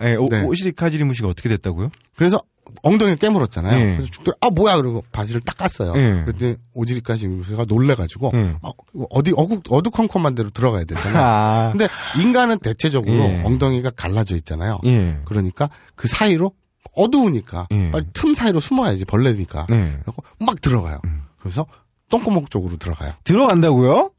A: 예, 오,
B: 네.
A: 시리카지리 무시가 어떻게 됐다고요?
B: 그래서 엉덩이를 깨물었잖아요.
A: 예.
B: 그래서 죽돌이 아 뭐야 그러고 바지를 딱 깠어요.
A: 예.
B: 그랬더니 오시리 카지리 무시가 놀래가지고
A: 예.
B: 어, 어디 어구, 어두컴컴한 데로 들어가야 되잖아.
A: 아.
B: 근데 인간은 대체적으로
A: 예.
B: 엉덩이가 갈라져 있잖아요.
A: 예.
B: 그러니까 그 사이로 어두우니까
A: 예.
B: 빨리 틈 사이로 숨어야지 벌레니까.
A: 네.
B: 그래서 막 들어가요.
A: 음.
B: 그래서 똥구멍 쪽으로 들어가요.
A: 들어간다고요?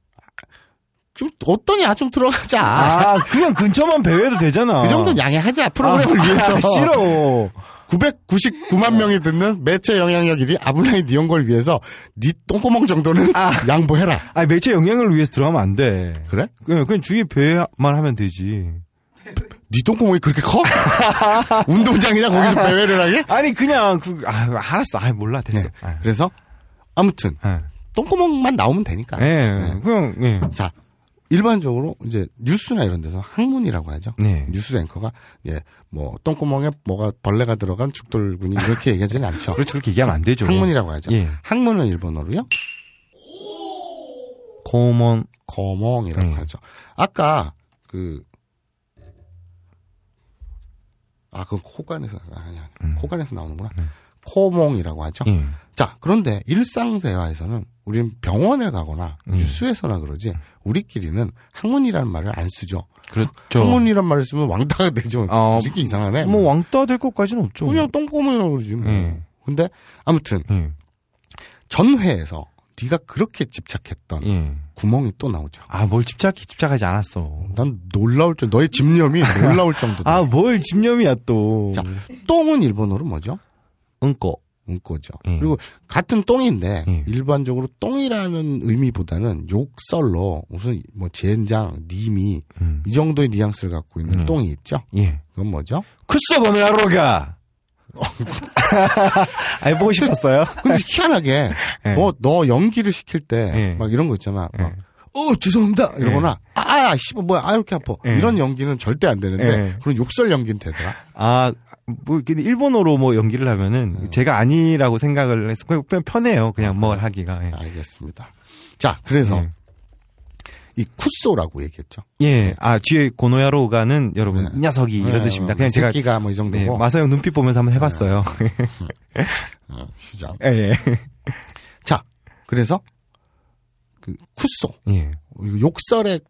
B: 좀 어떠냐 아, 좀 들어가자.
A: 아, 그냥 근처만 배회해도 되잖아.
B: 그 정도는 양해하자 프로그램을
A: 아,
B: 위해서.
A: 싫어.
B: 999만 명이 듣는 매체 영향력 1위 아블라인 니온걸 위해서 니 똥구멍 정도는 양보해라.
A: 아, 매체 영향을 위해서 들어가면 안 돼.
B: 그래?
A: 그냥, 그냥 주위에 배회만 하면 되지.
B: 니 똥구멍이 그렇게 커? 운동장이냐 거기서 배회를 하게?
A: 아니, 그냥, 그, 아, 알았어. 아, 몰라. 됐어.
B: 네. 그래서 아무튼
A: 아,
B: 똥구멍만 나오면 되니까.
A: 예. 예. 그냥, 예.
B: 자, 일반적으로 이제 뉴스나 이런 데서 항문이라고 하죠.
A: 네.
B: 뉴스 앵커가 예, 뭐 똥구멍에 뭐가 벌레가 들어간 죽돌군이 이렇게 얘기하지는 않죠.
A: 그렇죠. 그렇게 얘기하면 안 되죠.
B: 항문이라고 하죠.
A: 예.
B: 항문은 일본어로요.
A: 고먼,
B: 거멍이라고
A: 음.
B: 하죠. 아까 그 아, 그건 코간에서 아니야.
A: 음.
B: 코간에서 나오는구나. 코멍이라고 하죠.
A: 예.
B: 자, 그런데 일상대화에서는 우리는 병원에 가거나
A: 음.
B: 뉴스에서나 그러지 우리끼리는 항문이라는 말을 안 쓰죠.
A: 그렇죠.
B: 항문이란 말을 쓰면 왕따가 되죠.
A: 어,
B: 이 새끼 이상하네.
A: 뭐 왕따 될 것까지는 없죠.
B: 그냥 똥꼬멍이라고 그러지 뭐.
A: 예.
B: 근데 아무튼
A: 예.
B: 전회에서 네가 그렇게 집착했던
A: 예.
B: 구멍이 또 나오죠.
A: 아, 뭘 집착, 집착하지 않았어.
B: 난 놀라울 정도 너의 집념이 놀라울 정도다.
A: 아, 뭘 집념이야, 또.
B: 자, 똥은 일본어로 뭐죠?
A: 응꼬.
B: 응꼬죠.
A: 예.
B: 그리고 같은 똥인데
A: 예.
B: 일반적으로 똥이라는 의미보다는 욕설로 무슨 뭐 젠장, 님이
A: 음.
B: 이 정도의 뉘앙스를 갖고 있는
A: 음.
B: 똥이 있죠.
A: 예.
B: 그건 뭐죠?
A: 크쏘, 어느 하루가! 아니, 보고 싶었어요?
B: 근데 희한하게
A: 예.
B: 뭐 너 연기를 시킬 때
A: 예.
B: 막 이런 거 있잖아. 막
A: 예.
B: 어, 죄송합니다. 이러거나, 아, 씨발, 뭐야, 아, 이렇게 아파.
A: 예.
B: 이런 연기는 절대 안 되는데,
A: 예.
B: 그런 욕설 연기는 되더라.
A: 아, 뭐, 근데 일본어로 뭐 연기를 하면은 제가 아니라고 생각을 해서 그냥 편- 편해요. 그냥 뭘 하기가. 예.
B: 알겠습니다. 자, 그래서,
A: 예.
B: 이 쿠쏘라고 얘기했죠.
A: 예. 아, 뒤에 고노야로가는 여러분,
B: 네.
A: 이 녀석이 이런 아. 뜻입니다. 그냥 제가
B: 새끼가 뭐 이
A: 네,
B: 정도고.
A: 마사형 눈빛 보면서 한번 해봤어요.
B: 어, 휴장.
A: 예, 예.
B: 자, 그래서, 그, 쿠쏘.
A: 예.
B: 이거 욕설의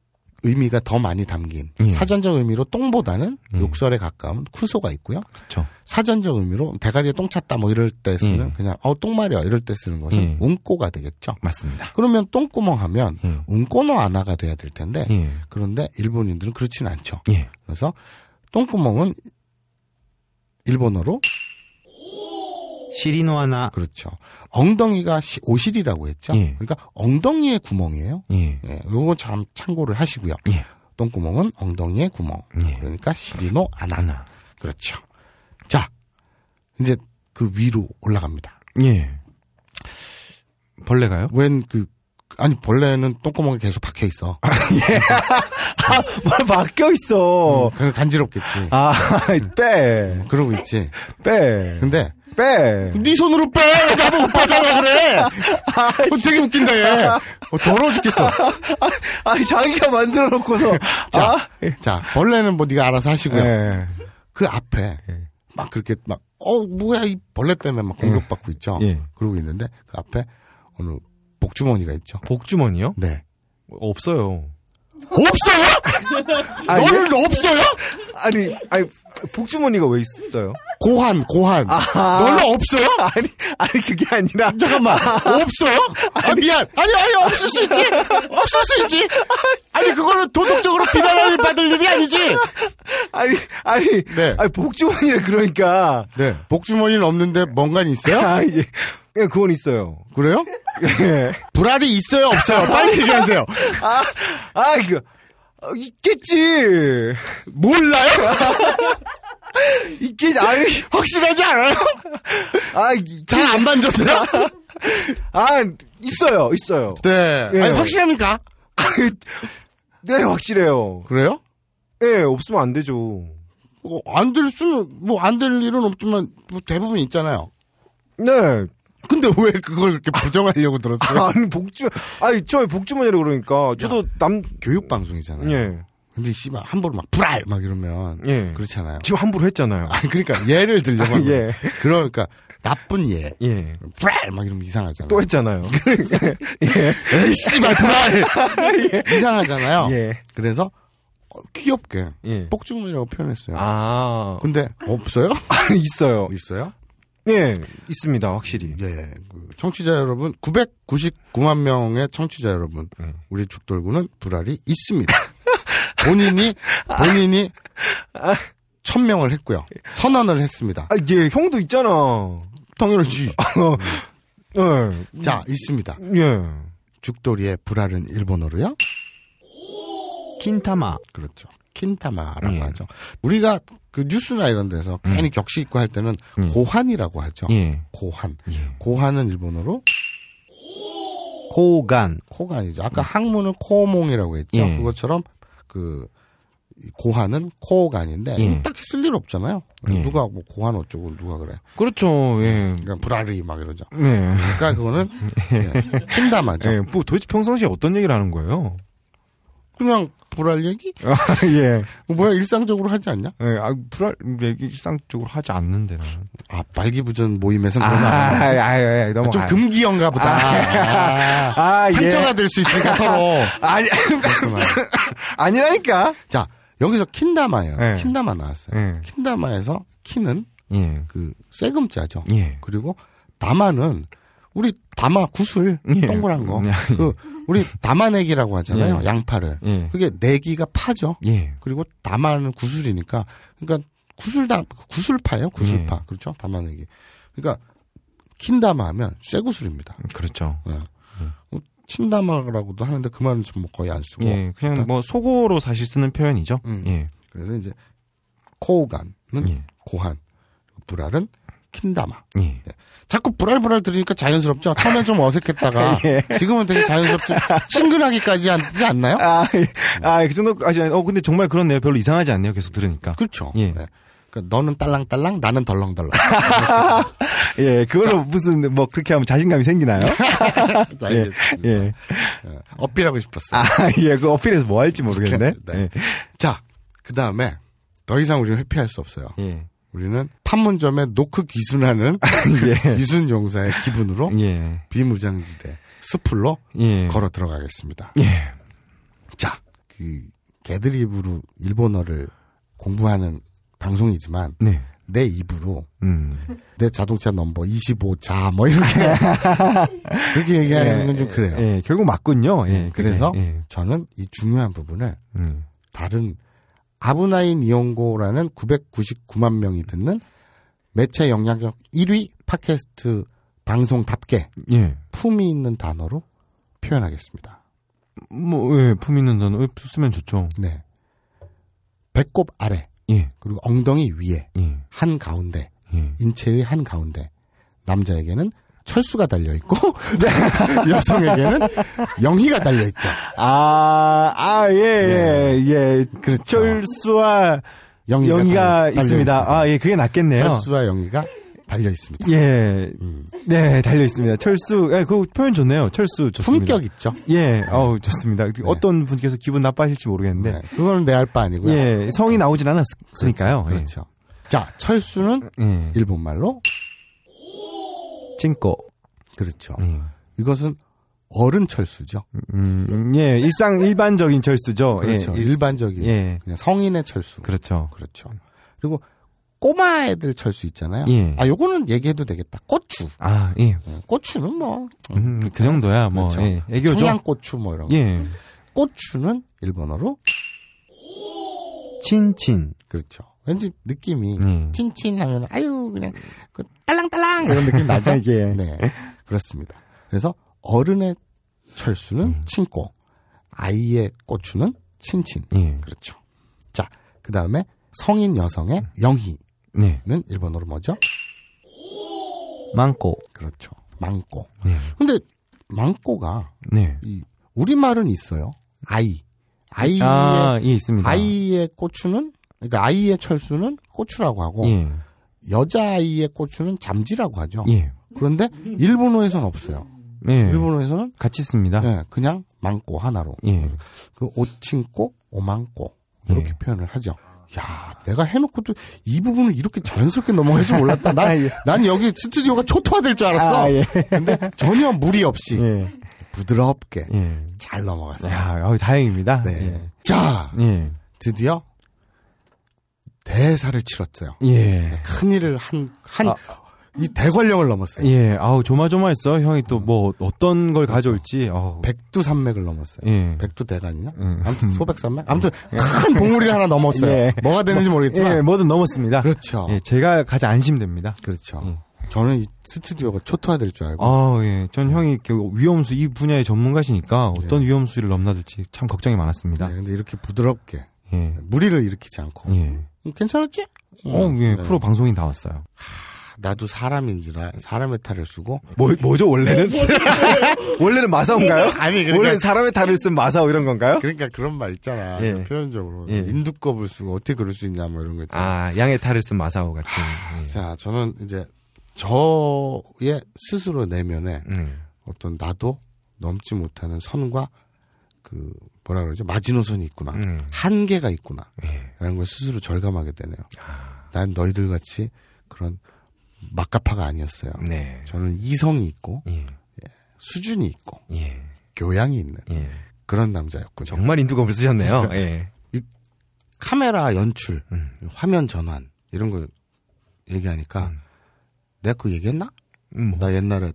B: 의미가 더 많이 담긴
A: 예.
B: 사전적 의미로 똥보다는 욕설에 가까운 쿠소가 있고요.
A: 그렇죠.
B: 사전적 의미로 대가리에 똥 찼다 뭐 이럴 때 쓰는
A: 예.
B: 그냥 어 똥 마려 이럴 때 쓰는 것은
A: 예.
B: 운꼬가 되겠죠.
A: 맞습니다.
B: 그러면 똥구멍 하면
A: 예.
B: 운꼬노 아나가 돼야 될 텐데
A: 예.
B: 그런데 일본인들은 그렇진 않죠.
A: 예.
B: 그래서 똥구멍은 일본어로
A: 시리노 하나.
B: 그렇죠. 엉덩이가 시- 오실이라고 했죠.
A: 예.
B: 그러니까 엉덩이의 구멍이에요.
A: 예.
B: 예, 요거 참 참고를 하시고요.
A: 예.
B: 똥구멍은 엉덩이의 구멍.
A: 예.
B: 그러니까 시리노 아나.
A: 나나.
B: 그렇죠. 자, 이제 그 위로 올라갑니다.
A: 예. 벌레가요?
B: 웬 그 아니 벌레는 똥구멍에 계속 박혀 있어.
A: 아, 뭘 막혀 있어.
B: 그건 간지럽겠지.
A: 뭐. 아, 예. 빼.
B: 그러고 있지.
A: 빼.
B: 근데
A: 빼.
B: 네 손으로 빼! 왜 나보고 빼달라 그래!
A: 아,
B: 어, 되게 웃긴다, 얘. 어, 더러워 죽겠어.
A: 아니, 자기가 만들어 놓고서.
B: 자,
A: 아. 예.
B: 자, 벌레는 뭐 네가 알아서 하시고요.
A: 예.
B: 그 앞에
A: 예.
B: 막 그렇게 막, 어, 뭐야, 이 벌레 때문에 막 공격받고 있죠.
A: 예.
B: 그러고 있는데 그 앞에 어느 복주머니가 있죠.
A: 복주머니요?
B: 네.
A: 없어요.
B: 없어요?
A: 아니, 예.
B: 너는 없어요?
A: 아니, 아니, 복주머니가 왜 있어요?
B: 고한, 고한.
A: 아하.
B: 너는 없어요?
A: 아니, 아니, 그게 아니라.
B: 잠깐만. 없어요? 아, 미안. 아니, 아니, 없을 수 있지. 없을 수 있지. 아니, 그거는 도덕적으로 비난을 받을 일이 아니지.
A: 아니, 아니,
B: 네.
A: 아니, 복주머니라 그러니까.
B: 네. 복주머니는 없는데 뭔가 있어요?
A: 아, 예. 예, 그건 있어요.
B: 그래요?
A: 예.
B: 불알이 있어요, 없어요? 빨리 얘기하세요.
A: 아, 아, 이거. 어, 있겠지.
B: 몰라요?
A: 있겠지. 아니,
B: 확실하지 않아요?
A: 아, 이-
B: 잘 안 만졌어요?
A: 아, 있어요, 있어요.
B: 네.
A: 예.
B: 아니, 확실합니까?
A: 아니, 네, 확실해요.
B: 그래요?
A: 예, 없으면 안 되죠.
B: 어, 안 될 수는, 뭐, 안 될 일은 없지만, 뭐 대부분 있잖아요.
A: 네.
B: 근데 왜 그걸 그렇게 부정하려고 들었어요?
A: 아니, 복주, 아니, 처음에 복주머니라 그러니까. 저도 남,
B: 교육방송이잖아요.
A: 예.
B: 근데 씨발 함부로 막 불알 막 이러면
A: 예.
B: 그렇잖아요.
A: 지금 함부로 했잖아요.
B: 아 그러니까 예를 들려고 하면
A: 예.
B: 그러니까 나쁜 예
A: 예.
B: 불알 막 이러면 이상하잖아요.
A: 또 했잖아요.
B: 에이 씨발
A: 네.
B: 불알 이상하잖아요.
A: 예.
B: 그래서 어, 귀엽게
A: 예.
B: 복주머니라고 표현했어요.
A: 아,
B: 근데 없어요?
A: 아니, 있어요.
B: 있어요?
A: 예, 있습니다, 확실히.
B: 예. 그 청취자 여러분 999만 명의 청취자 여러분 우리 죽돌구는 불알이 있습니다. 본인이
A: 아.
B: 본인이 천명을 했고요. 선언을 했습니다.
A: 아, 예, 형도 있잖아.
B: 당연하지.
A: 예,
B: 자, 있습니다.
A: 예.
B: 죽돌이의 불알은 일본어로요?
A: 킨타마.
B: 그렇죠. 킨타마라고
A: 예. 음.
B: 하죠. 우리가 그 뉴스나 이런 데서 괜히 격식 있고 할 때는 고한이라고 하죠.
A: 예.
B: 고한.
A: 예.
B: 고한은 일본어로
A: 고간.
B: 코가 아니죠. 아까 항문은 코몽이라고 했죠.
A: 네. 예.
B: 그것처럼 그이 고한은 코간인데
A: 예.
B: 딱히 쓸 일 없잖아요.
A: 예.
B: 누가 뭐 고한 어쩌고 누가 그래.
A: 그렇죠, 예.
B: 그러니까 불알이 막 이러죠.
A: 예.
B: 그러니까 그거는 예. 킨다마죠.
A: 예, 뭐 도대체 평상시에 어떤 얘기를 하는 거예요?
B: 그냥 불알 얘기?
A: 아, 예.
B: 뭐야 일상적으로 하지 않냐?
A: 예, 아, 불알, 얘기 일상적으로 하지 않는데, 나는.
B: 아, 말기부전 모임에서
A: 아,
B: 그런 거
A: 아,
B: 아,
A: 아, 아, 너무.
B: 좀
A: 아,
B: 금기형가 보다. 아,
A: 아, 예.
B: 상처가 될 수 있으니까 서로.
A: 아니, 그러니까.
B: 그렇구나.
A: 아니라니까.
B: 자, 여기서 킨다마예요.
A: 예.
B: 킨다마 나왔어요.
A: 예.
B: 킨다마에서 키는
A: 예.
B: 그 세금자죠.
A: 예.
B: 그리고 다마는 우리 다마 구슬
A: 예.
B: 동그란 거.
A: 예.
B: 그 우리 다마내기라고 하잖아요.
A: 예.
B: 양파를.
A: 예.
B: 그게 내기가 파죠.
A: 예.
B: 그리고 다마는 구슬이니까 그러니까 구슬다 구슬파예요. 구슬파. 그렇죠? 다마내기. 그러니까 킨다마 하면 쇠구슬입니다.
A: 그렇죠.
B: 예. 어, 친다마라고도 하는데 그 말은 좀뭐 거의 안 쓰고
A: 예, 그냥 뭐, 속어로 사실 쓰는 표현이죠.
B: 음.
A: 예.
B: 그래서 이제 코우간은
A: 예.
B: 고한 불알은 킨다마
A: 예.
B: 자꾸 불알불알 들으니까 자연스럽죠 처음엔 좀 어색했다가
A: 예.
B: 지금은 되게 자연스럽죠 친근하기까지 하지 않나요?
A: 아, 예. 아, 그 정도, 아니, 어, 근데 정말 그렇네요. 별로 이상하지 않네요. 계속 들으니까.
B: 그렇죠
A: 예.
B: 네. 그러니까 너는 딸랑딸랑 나는 덜렁덜렁
A: 예, 그걸로 무슨, 뭐, 그렇게 하면 자신감이 생기나요? 예.
B: 알겠습니다.
A: 예.
B: 예. 어필하고 싶었어요
A: 아, 예, 그 어필해서 뭐 할지 모르겠네. 예.
B: 네. 자 그다음에 더 이상 우리는 회피할 수 없어요
A: 예. 예.
B: 우리는 판문점에 노크 기순하는
A: 예.
B: 기순 용사의 기분으로
A: 예.
B: 비무장지대 숲으로
A: 예.
B: 걸어 들어가겠습니다.
A: 예.
B: 자, 그 그 개들 입으로 일본어를 공부하는 방송이지만
A: 네.
B: 내 입으로
A: 음.
B: 내 자동차 넘버 25자 뭐 이렇게 그렇게 얘기하는 건 좀 그래요.
A: 예, 결국 맞군요. 예. 그게.
B: 그래서
A: 예.
B: 저는 이 중요한 부분을
A: 음.
B: 다른 아브나인 이용고라는 999만 명이 듣는 매체 영향력 1위 팟캐스트 방송답게
A: 예.
B: 품이 있는 단어로 표현하겠습니다.
A: 뭐, 예, 품 있는 단어 쓰면 좋죠.
B: 네. 배꼽 아래
A: 예.
B: 그리고 엉덩이 위에
A: 예.
B: 한 가운데
A: 예.
B: 인체의 한 가운데 남자에게는 철수가 달려 있고 네. 여성에게는 영희가 달려 있죠.
A: 아, 아, 예, 예, 예. 그렇죠. 철수와
B: 영희가,
A: 영희가
B: 달- 달려
A: 있습니다. 아, 예, 그게 낫겠네요.
B: 철수와 영희가 달려 있습니다.
A: 예.
B: 음.
A: 네, 달려 있습니다. 철수. 예, 그 표현 좋네요. 철수 좋습니다.
B: 품격 있죠.
A: 예, 어우, 좋습니다. 어떤 분께서 기분 나빠하실지 모르겠는데.
B: 네. 그거는 내 알 바 아니고요.
A: 예, 성이 나오진 않았으니까요.
B: 그렇죠. 자, 철수는
A: 예. 예.
B: 일본 말로
A: 찐꺼.
B: 그렇죠.
A: 음.
B: 이것은 어른 철수죠.
A: 음, 예, 일상, 일반적인 철수죠.
B: 그렇죠.
A: 예. 일-
B: 일반적인
A: 예.
B: 그냥 성인의 철수.
A: 그렇죠.
B: 그렇죠. 그리고 꼬마 애들 철수 있잖아요.
A: 예.
B: 아, 요거는 얘기해도 되겠다. 고추.
A: 아, 예.
B: 고추는 뭐
A: 음, 그 정도야, 뭐.
B: 그렇죠.
A: 예. 애교죠.
B: 청양고추 뭐 이런 거.
A: 예.
B: 고추는 일본어로
A: 친친.
B: 그렇죠. 왠지 느낌이
A: 음.
B: 친친하면 아유 그냥 그 딸랑딸랑 이런 느낌 나죠.
A: 예.
B: 네 그렇습니다. 그래서 어른의 철수는
A: 음.
B: 친꼬, 아이의 고추는 친친.
A: 예.
B: 그렇죠. 자, 그 다음에 성인 여성의 영희는
A: 네.
B: 일본어로 뭐죠?
A: 많고.
B: 그렇죠. 망꼬.
A: 네.
B: 근데 망꼬가
A: 네.
B: 이 우리 말은 있어요. 아이, 아이의
A: 아, 예, 있습니다.
B: 아이의 고추는 그러니까 아이의 철수는 고추라고 하고
A: 예.
B: 여자 아이의 고추는 잠지라고 하죠.
A: 예.
B: 그런데 일본어에선 없어요.
A: 예. 아.
B: 일본어에서는
A: 같이 씁니다.
B: 예, 그냥 망고 하나로
A: 예.
B: 그 오친꼬 오망꼬 이렇게
A: 예.
B: 표현을 하죠. 야, 내가 해놓고도 이 부분을 이렇게 자연스럽게 넘어갈 줄 몰랐다. 난, 난 여기 스튜디오가 초토화될 줄 알았어.
A: 예. 아, 예.
B: 근데 전혀 무리 없이
A: 예.
B: 부드럽게
A: 예.
B: 잘 넘어갔어요.
A: 야, 어, 다행입니다.
B: 네. 자,
A: 예. 예.
B: 드디어 대사를 치렀어요.
A: 예. 아.
B: 큰 일을 한, 한, 이 대관령을 넘었어요.
A: 예. 아우, 조마조마했어. 형이 또 뭐, 어떤 걸 가져올지. 어우.
B: 백두산맥을 넘었어요.
A: 예.
B: 백두대간이냐?
A: 음.
B: 아무튼 소백산맥? 아무튼 큰 봉우리를 하나 넘었어요.
A: 예.
B: 뭐가 되는지 모르겠지만.
A: 예, 뭐든 넘었습니다.
B: 그렇죠.
A: 예, 제가 가장 안심됩니다.
B: 그렇죠.
A: 예.
B: 저는 이 스튜디오가 초토화될 줄 알고.
A: 아, 예. 전 형이 이렇게 위험수 이 분야의 전문가시니까 어떤 위험수를 넘나들지 참 걱정이 많았습니다.
B: 네, 근데 이렇게 부드럽게,
A: 예.
B: 무리를 일으키지 않고.
A: 예.
B: 음, 괜찮았지?
A: 어,
B: 음,
A: 예.
B: 네.
A: 프로 방송인 다 왔어요.
B: 나도 사람인지라 사람의 탈을 쓰고.
A: 뭐, 뭐죠, 원래는? 원래는 마사오인가요?
B: 뭐. 아니, 그러니까-
A: 원래는 사람의 탈을 쓴 마사오 이런 건가요?
B: 그러니까 그런 말 있잖아.
A: 예.
B: 표현적으로.
A: 예.
B: 인두껍을 쓰고 어떻게 그럴 수 있냐, 뭐 이런 거 있잖아.
A: 아, 양의 탈을 쓴 마사오 같은. 예.
B: 자, 저는 이제 저의 스스로 내면에
A: 음.
B: 어떤 나도 넘지 못하는 선과 그 뭐라 그러죠 마지노선이 있구나
A: 음.
B: 한계가 있구나
A: 예. 아.
B: 라는 걸 스스로 절감하게 되네요. 난 너희들 같이 그런 막가파가 아니었어요.
A: 네.
B: 저는 이성이 있고
A: 예.
B: 수준이 있고
A: 예.
B: 교양이 있는
A: 예.
B: 그런 남자였군요.
A: 정말 인두검을 쓰셨네요. 예.
B: 카메라 연출, 음, 화면 전환 이런 걸 얘기하니까 내가 그거 얘기했나?
A: 음, 뭐.
B: 나 옛날에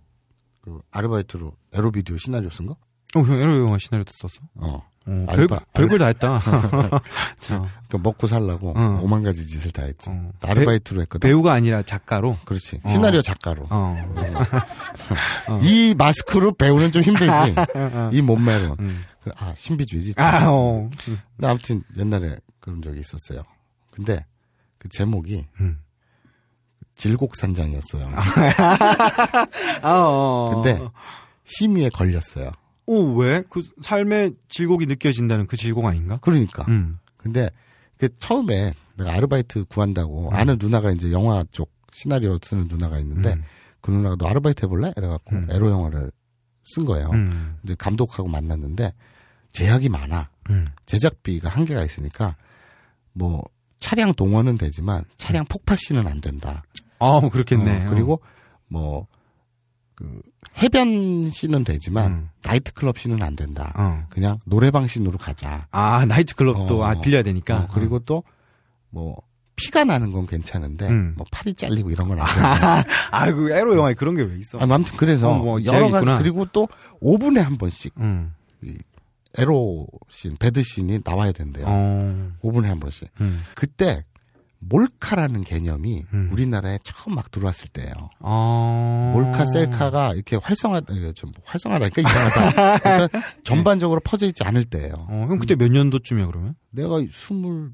B: 그 아르바이트로 에로비디오 시나리오 쓴 거?
A: 어, 형 에로 영화 시나리오도 썼어?
B: 어.
A: 어, 별,
B: 알바-
A: 별걸 다 했다. 참.
B: 그러니까 먹고 살라고
A: 응.
B: 오만 가지 짓을 다 했지.
A: 응.
B: 아르바이트로 했거든.
A: 배우가 아니라 작가로.
B: 그렇지.
A: 어.
B: 시나리오 작가로.
A: 어.
B: 이 마스크로 배우는 좀 힘들지. 이 몸매로. 그래, 아, 신비주의지.
A: 음. 아, 어.
B: 근데 아무튼 옛날에 그런 적이 있었어요. 근데 그 제목이
A: 음.
B: 질곡산장이었어요.
A: 아, 어.
B: 근데 심의에 걸렸어요.
A: 오, 왜? 그 삶의 질곡이 느껴진다는 그 질곡 아닌가?
B: 그러니까.
A: 음.
B: 근데 그 처음에 내가 아르바이트
A: 음.
B: 구한다고 아는 누나가 이제 영화 쪽 시나리오 쓰는 누나가 있는데
A: 음.
B: 그 누나가 너 아르바이트 해볼래? 이래갖고
A: 음.
B: 에로 영화를 쓴 거예요.
A: 음.
B: 근데 감독하고 만났는데 제약이 많아.
A: 음.
B: 제작비가 한계가 있으니까 뭐 차량 동원은
A: 음.
B: 되지만 차량 폭발시는 안 된다.
A: 아, 그렇겠네.
B: 어, 그리고 뭐 그 해변 씬은 되지만
A: 음.
B: 나이트클럽 씬은 안 된다.
A: 어.
B: 그냥 노래방 씬으로 가자.
A: 아 나이트클럽도
B: 어.
A: 아, 빌려야 되니까.
B: 어, 그리고 또 뭐 피가 나는 건 괜찮은데
A: 음.
B: 뭐 팔이 잘리고 이런 건 안 된다.
A: 아이고 에로 영화에 그런 게 왜 있어?
B: 아, 아무튼 그래서
A: 어, 뭐
B: 여러
A: 제약이
B: 가지
A: 있구나.
B: 그리고 또 5분에 한 번씩
A: 음.
B: 에로 씬, 배드 씬이 나와야 된대요.
A: 어.
B: 5분에 한 번씩.
A: 음.
B: 그때 몰카라는 개념이
A: 음.
B: 우리나라에 처음 막 들어왔을 때예요.
A: 어.
B: 몰카 셀카가 이렇게 활성화 에, 좀 활성화라니까 이상하다. 일단 전반적으로 퍼져 있지 않을 때예요.
A: 어, 형 그때 몇 년도쯤이야 그러면?
B: 내가 스물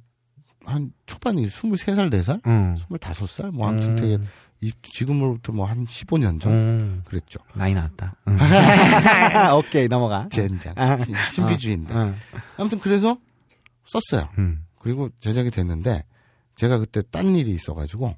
B: 한 초반이 스물세 살, 네 살,
A: 응.
B: 스물다섯 살, 뭐 아무튼 되게 이- 지금으로부터 뭐 한 15년 전
A: 음.
B: 그랬죠.
A: 나이 나왔다. 음. 응. 오케이 넘어가.
B: 젠장,
A: 아.
B: 신- 신비주의인데.
A: 응.
B: 아무튼 그래서 썼어요.
A: 음.
B: 그리고 제작이 됐는데 제가 그때 딴 일이 있어가지고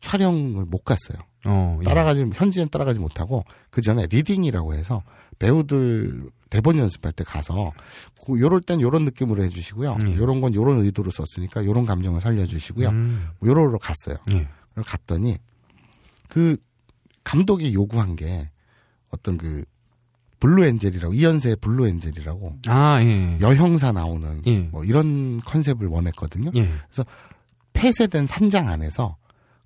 B: 촬영을 못 갔어요.
A: 어. 예.
B: 따라가지 현지엔 따라가지 못하고 그 전에 리딩이라고 해서 배우들 대본 연습할 때 가서 고- 요럴 땐 요런 느낌으로 해주시고요.
A: 음.
B: 요런 건 요런 의도로 썼으니까 요런 감정을 살려주시고요.
A: 음.
B: 뭐 요러로 갔어요.
A: 예.
B: 그래서 갔더니 그 감독이 요구한 게 어떤 그 블루 엔젤이라고 이연세의 블루 엔젤이라고
A: 아 예.
B: 여형사 나오는
A: 예.
B: 뭐 이런 컨셉을 원했거든요.
A: 예.
B: 폐쇄된 산장 안에서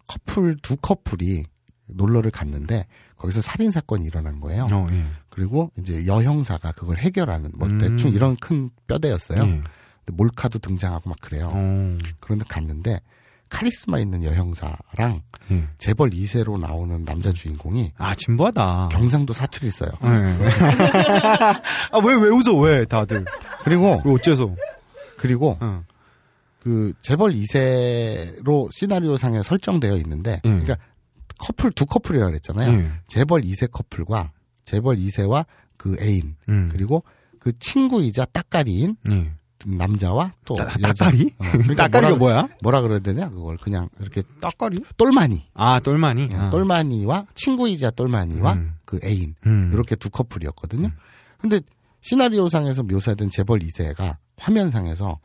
B: 커플 두 커플이 놀러를 갔는데 거기서 살인 사건이 일어난 거예요.
A: 어 예.
B: 그리고 이제 여형사가 그걸 해결하는 뭐
A: 음.
B: 대충 이런 큰 뼈대였어요.
A: 예.
B: 근데 몰카도 등장하고 막 그래요.
A: 어.
B: 그런데 갔는데 카리스마 있는 여형사랑
A: 예.
B: 재벌 2세로 나오는 남자 주인공이
A: 아 진부하다.
B: 경상도 사투리 써요.
A: 네. 아왜 왜 웃어 왜 다들
B: 그리고
A: 왜 어째서?
B: 그리고
A: 어.
B: 그 재벌 2세로 시나리오 상에 설정되어 있는데
A: 음.
B: 그러니까 커플 두 커플이라고 그랬잖아요.
A: 예.
B: 재벌 2세 커플과 재벌 2세와 그 애인
A: 음.
B: 그리고 그 친구이자 따까리인
A: 예.
B: 남자와 또
A: 따-
B: 여자.
A: 따까리?
B: 어, 그러니까
A: 따까리가
B: 뭐라,
A: 뭐야?
B: 뭐라 그래야 되냐 그걸 그냥 이렇게
A: 따까리?
B: 똘마니
A: 아 똘마니. 아.
B: 똘마니와 친구이자 똘마니와
A: 음.
B: 그 애인
A: 음.
B: 이렇게 두 커플이었거든요. 근데 시나리오상에서 묘사된 재벌 2세가 화면상에서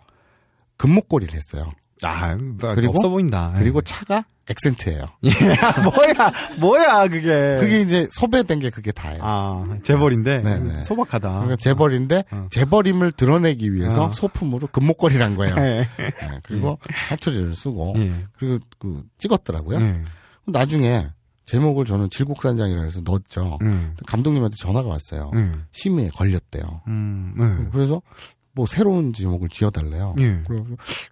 B: 금목걸이를 했어요.
A: 아
B: 그리고-
A: 그리고 없어 보인다.
B: 그리고 차가 액센트예요.
A: 야, 뭐야, 뭐야, 그게.
B: 그게 이제 섭외된 게 그게 다예요.
A: 네. 아, 재벌인데,
B: 네, 네.
A: 소박하다.
B: 그러니까 재벌인데
A: 어.
B: 재벌임을 드러내기 위해서
A: 어.
B: 소품으로 금목걸이란 거예요.
A: 예.
B: 네, 그리고 사투리를 쓰고
A: 예.
B: 그리고 어, 그 찍었더라고요.
A: 예.
B: 나중에 제목을 저는 질곡산장이라 해서 넣었죠.
A: 예.
B: 감독님한테 전화가 왔어요.
A: 예.
B: 심의에 걸렸대요.
A: 음,
B: 그래서 뭐 새로운 제목을 지어달래요.
A: 예. 예.
B: 그래서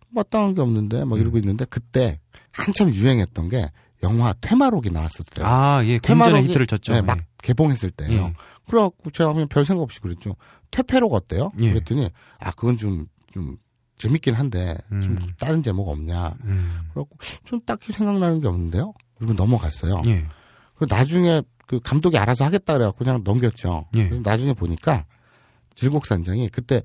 B: 마땅한 게 없는데 막
A: 음.
B: 이러고 있는데 그때 한참 유행했던 게 영화 퇴마록이 나왔을 때.
A: 아, 예. 공전의
B: 퇴마록이
A: 히트를 쳤죠.
B: 어. 네, 막 어. 개봉했을 때예요.
A: 예.
B: 그래갖고 제가 그냥 별 생각 없이 그랬죠. 퇴폐록 어때요?
A: 예.
B: 그랬더니 아 그건 좀 좀 재밌긴 한데 좀
A: 음.
B: 다른 제목 없냐?
A: 음.
B: 그래갖고 좀 딱히 생각나는 게 없는데요. 그리고 넘어갔어요.
A: 예.
B: 그리고 나중에 그 감독이 알아서 하겠다 그래갖고 그냥 넘겼죠.
A: 예.
B: 그래서 나중에 보니까 질곡산장이 그때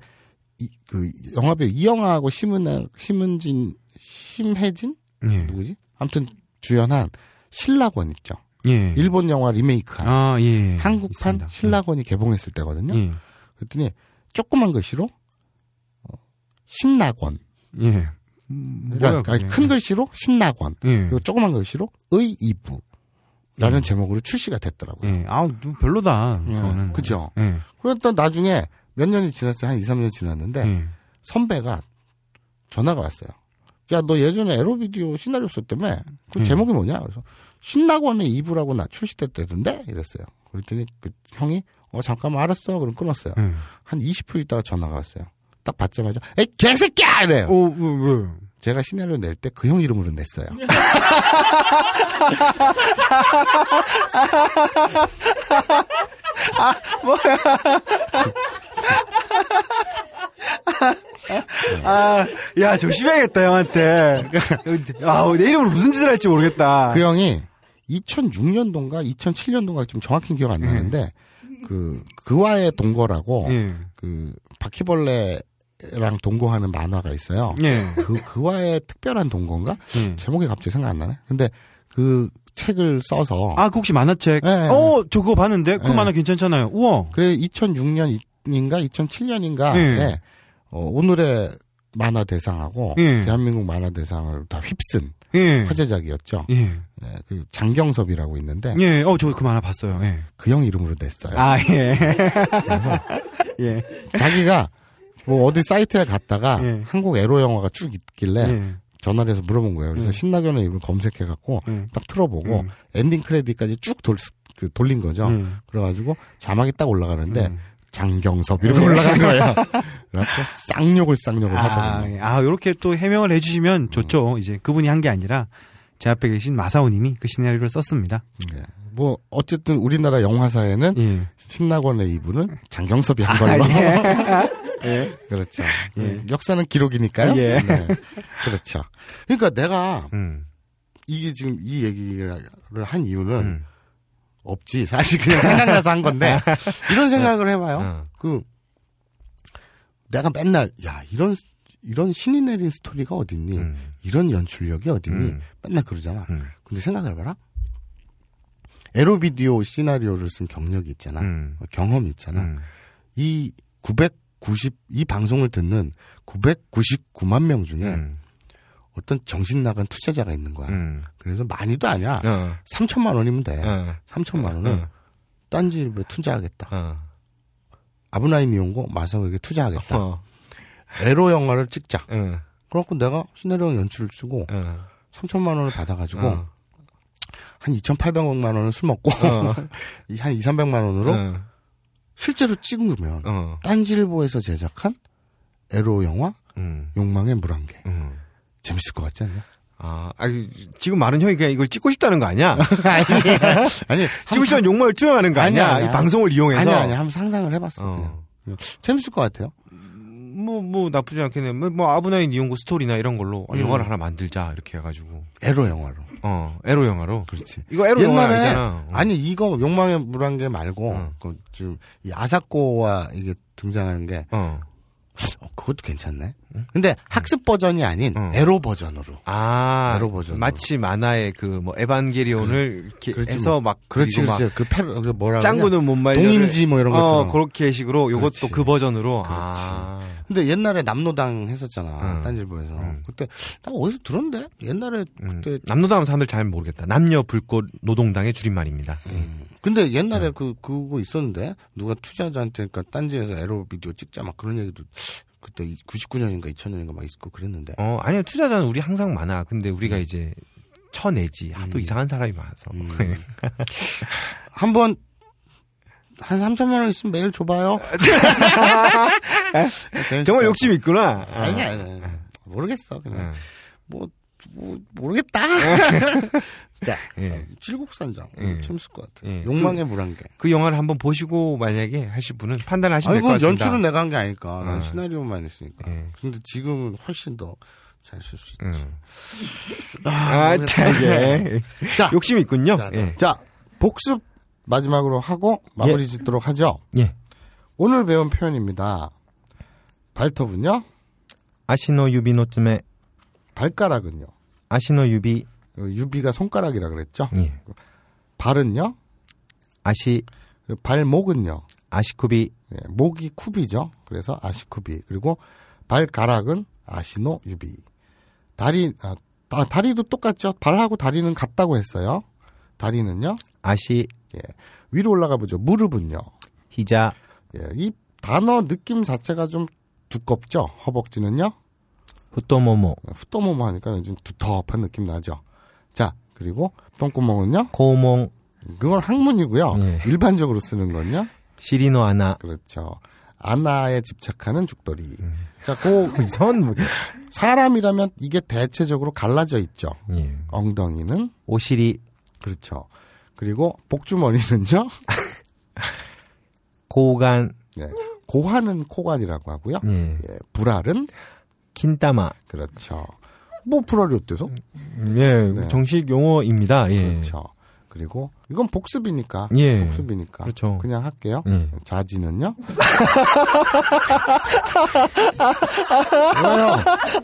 B: 이, 그 영화배우 이영하하고 심은 심은진 심혜진
A: 예.
B: 누구지? 아무튼 주연한 신라권 있죠.
A: 예.
B: 일본 영화 리메이크한
A: 아, 예.
B: 한국판
A: 있습니다.
B: 신라권이 개봉했을 때거든요.
A: 예.
B: 그랬더니 조그만 글씨로 어, 신라권.
A: 예. 예. 음, 뭐야,
B: 그러니까
A: 그게.
B: 큰 글씨로 신라권.
A: 예.
B: 그리고 조그만 글씨로 의이부라는
A: 예.
B: 제목으로 출시가 됐더라고요.
A: 예. 아우, 좀 별로다.
B: 예,
A: 그거는.
B: 그죠.
A: 예.
B: 그랬던 나중에 몇 년이 지났어요. 한 2, 3년 지났는데
A: 예.
B: 선배가 전화가 왔어요. 야, 너 예전에 에로비디오 시나리오 썼다며? 그
A: 예.
B: 제목이 뭐냐? 그래서 신라권의 이부라고 나 출시됐다던데? 이랬어요. 그랬더니 그 형이 어 잠깐만 알았어. 그럼 끊었어요.
A: 예.
B: 한 20분 있다가 전화가 왔어요. 딱 받자마자 에이 개새끼야 이래요.
A: 오, 어, 왜, 왜?
B: 제가 시나리오 낼 때 그 형 이름으로 냈어요.
A: 아, 야, 조심해야겠다, 형한테. 아, 내 이름으로 무슨 짓을 할지 모르겠다.
B: 그 형이 2006년도인가 2007년도인가 지금 정확히 기억 안 나는데 그 그와의 동거라고
A: 음. 예.
B: 그 바퀴벌레랑 동거하는 만화가 있어요.
A: 예.
B: 그 그와의 특별한 동거인가?
A: 예.
B: 제목이 갑자기 생각 안 나네. 근데 그 책을 써서
A: 아, 그 혹시 만화책?
B: 예, 예.
A: 어, 저 그거 봤는데? 그
B: 예.
A: 만화 괜찮잖아요. 우와.
B: 그래 2006년인가 2007년인가
A: 예.
B: 어, 오늘의 만화 대상하고
A: 예.
B: 대한민국 만화 대상을 다 휩쓴
A: 예.
B: 화제작이었죠.
A: 예.
B: 예, 그 장경섭이라고 있는데
A: 예. 어, 저 그 만화 봤어요. 예.
B: 그 형 이름으로 냈어요.
A: 아, 예. 예.
B: 자기가 뭐 어디 사이트에 갔다가
A: 예.
B: 한국 에로 영화가 쭉 있길래
A: 예.
B: 전화를 해서 물어본 거예요. 그래서
A: 예.
B: 신나견의 이름을 검색해갖고
A: 예.
B: 딱 틀어보고
A: 음.
B: 엔딩 크레딧까지 쭉 돌, 그 돌린 거죠.
A: 음.
B: 그래가지고 자막이 딱 올라가는데
A: 음.
B: 장경섭 이렇게 올라가는 거예요. 그래갖고 쌍욕을 쌍욕을
A: 아,
B: 하더라고요.
A: 예. 아, 요렇게 음. 또 해명을 해주시면 좋죠. 이제 그분이 한 게 아니라 제 앞에 계신 마사오님이 그 시나리오를 썼습니다.
B: 예. 뭐 어쨌든 우리나라 영화사에는
A: 예.
B: 신나권의 이분은 장경섭이 한 걸로.
A: 예.
B: 그렇죠.
A: 아, 예.
B: 역사는 기록이니까요.
A: 예.
B: 네. 그렇죠. 그러니까 내가
A: 음.
B: 이게 지금 이 얘기를 한 이유는
A: 음.
B: 없지. 사실 그냥 생각나서 한 건데 이런 생각을 해봐요.
A: 어.
B: 그 내가 맨날 야 이런 이런 신이 내린 스토리가 어딨니?
A: 음.
B: 이런 연출력이 어딨니?
A: 음.
B: 맨날 그러잖아.
A: 음.
B: 근데 생각해봐라. 에로비디오 시나리오를 쓴 경력이 있잖아.
A: 음.
B: 어, 경험이 있잖아.
A: 음.
B: 이 990, 이 방송을 듣는 999만 명 중에
A: 음.
B: 어떤 정신 나간 투자자가 있는 거야.
A: 음.
B: 그래서 많이도 아니야.
A: 어.
B: 3천만 원이면 돼.
A: 어.
B: 3천만 원은 딴지 에 투자하겠다.
A: 어.
B: 아브나인 이용고 마사오에게 투자하겠다.
A: 어.
B: 에로 영화를 찍자.
A: 응.
B: 그래갖고 내가 시네리오 연출을 쓰고
A: 응.
B: 3천만 원을 받아가지고
A: 어.
B: 한 2,800만 원을 술 먹고
A: 어.
B: 이한 2, 300만 원으로
A: 응.
B: 실제로 찍으면
A: 어.
B: 딴지일보에서 제작한 에로 영화
A: 응.
B: 욕망의 물안개
A: 응.
B: 재밌을 것 같지 않냐?
A: 아, 아니, 지금 말은 형이 그냥 이걸 찍고 싶다는 거 아니야?
B: 아니
A: 찍고 싶다는 욕망을 투영하는 거 아니야?
B: 아니야, 아니야.
A: 이 방송을 이용해서.
B: 아니 아니 한번 상상을 해봤어
A: 어.
B: 그냥 재밌을 것 같아요.
A: 뭐, 뭐, 나쁘지 않겠네. 뭐, 뭐 아브나인 이용고 스토리나 이런 걸로
B: 음.
A: 영화를 하나 만들자, 이렇게 해가지고.
B: 에로 영화로
A: 어, 에로 영화로.
B: 그렇지.
A: 이거 에로 영화
B: 옛날에
A: 아니잖아. 어.
B: 아니 이거 욕망의 물안개 말고
A: 어.
B: 그 지금 이 아사코와 이게 등장하는 게
A: 어.
B: 어, 그것도 괜찮네. 근데 학습 버전이 아닌
A: 어.
B: 에로 버전으로.
A: 아,
B: 에로 버전으로.
A: 마치 만화의 그, 뭐, 에반게리온을 이렇게
B: 그렇지
A: 해서
B: 뭐.
A: 막,
B: 그렇지
A: 그리고 막
B: 그렇지. 그 패러 그 뭐라 그러냐?
A: 짱구는 못 말려.
B: 동인지 뭐 이런
A: 어,
B: 것처럼.
A: 그렇게 식으로 요것도
B: 그렇지.
A: 그 버전으로.
B: 그렇지.
A: 아.
B: 근데 옛날에 남노당 했었잖아.
A: 응.
B: 딴질보에서.
A: 응.
B: 그때 나 어디서 들었는데? 옛날에
A: 음,
B: 그때
A: 남노당 사람들 잘 모르겠다. 남녀 불꽃 노동당의 줄임말입니다.
B: 근데 옛날에 그 그거 있었는데 누가 투자자한테 그러니까 딴지에서 에로 비디오 찍자 막 그런 얘기도 그때 99년인가 2000년인가 막 있고 그랬는데.
A: 어, 아니요. 투자자는 우리 항상 많아. 근데 우리가 이제 쳐내지. 아, 또 이상한 사람이 많아서. 네.
B: 음. 한 번 한 3천만 원 있으면 매일 줘봐요. 재밌을
A: 네. 정말
B: 것
A: 욕심이 네. 있구나.
B: 같아. 아니야, 아니야, 아니야. 모르겠어 그냥
A: 어.
B: 뭐, 뭐, 모르겠다. 자,
A: 예.
B: 칠곡산장
A: 예.
B: 재밌을 것 같아.
A: 예.
B: 욕망의 물안개.
A: 그 영화를 한번 보시고 만약에 하실 분은 판단을 하시면 될
B: 아니
A: 것
B: 그
A: 같습니다.
B: 연출은 내가 한 게 아니까 난
A: 음.
B: 시나리오만 했으니까.
A: 예.
B: 근데 지금은 훨씬 더 잘 쓸 수 있지.
A: 음. 아, 자, 예.
B: 자,
A: 욕심이 있군요.
B: 자, 자,
A: 예.
B: 자, 복습 마지막으로 하고 마무리 짓도록 하죠.
A: 예.
B: 오늘 배운 표현입니다. 발톱은요,
A: 아시노 유비노쯤에
B: 발가락은요,
A: 아시노 유비
B: 그 유비가 손가락이라 그랬죠.
A: 예.
B: 발은요,
A: 아시
B: 그 발목은요,
A: 아시쿠비
B: 예, 목이 굽이죠. 그래서 아시쿠비. 그리고 발가락은 아시노 유비. 다리, 아, 다- 다리도 똑같죠. 발하고 다리는 같다고 했어요. 다리는요,
A: 아시
B: 예, 위로 올라가 보죠. 무릎은요.
A: 히자
B: 예, 이 단어 느낌 자체가 좀 두껍죠. 허벅지는요.
A: 후토모모
B: 후떠모모 하니까 좀 두텁한 느낌 나죠. 자, 그리고 똥구멍은요.
A: 고몽
B: 그건 학문이고요.
A: 예.
B: 일반적으로 쓰는 건요.
A: 시리노 아나
B: 그렇죠. 아나에 집착하는 죽돌이. 자, 그
A: 이상한 뭐,
B: 사람이라면 이게 대체적으로 갈라져 있죠.
A: 예.
B: 엉덩이는
A: 오시리
B: 그렇죠. 그리고 복주머니는요.
A: 고간
B: 예. 고환은 코관이라고 하고요.
A: 예.
B: 예, 불알은
A: 킨타마
B: 그렇죠. 뭐 불알이 어때서?
A: 예 정식 용어입니다 예
B: 네. 그렇죠. 그리고 이건 복습이니까.
A: 예.
B: 복습이니까.
A: 그렇죠.
B: 그냥 할게요.
A: 예.
B: 자지는요? 왜요?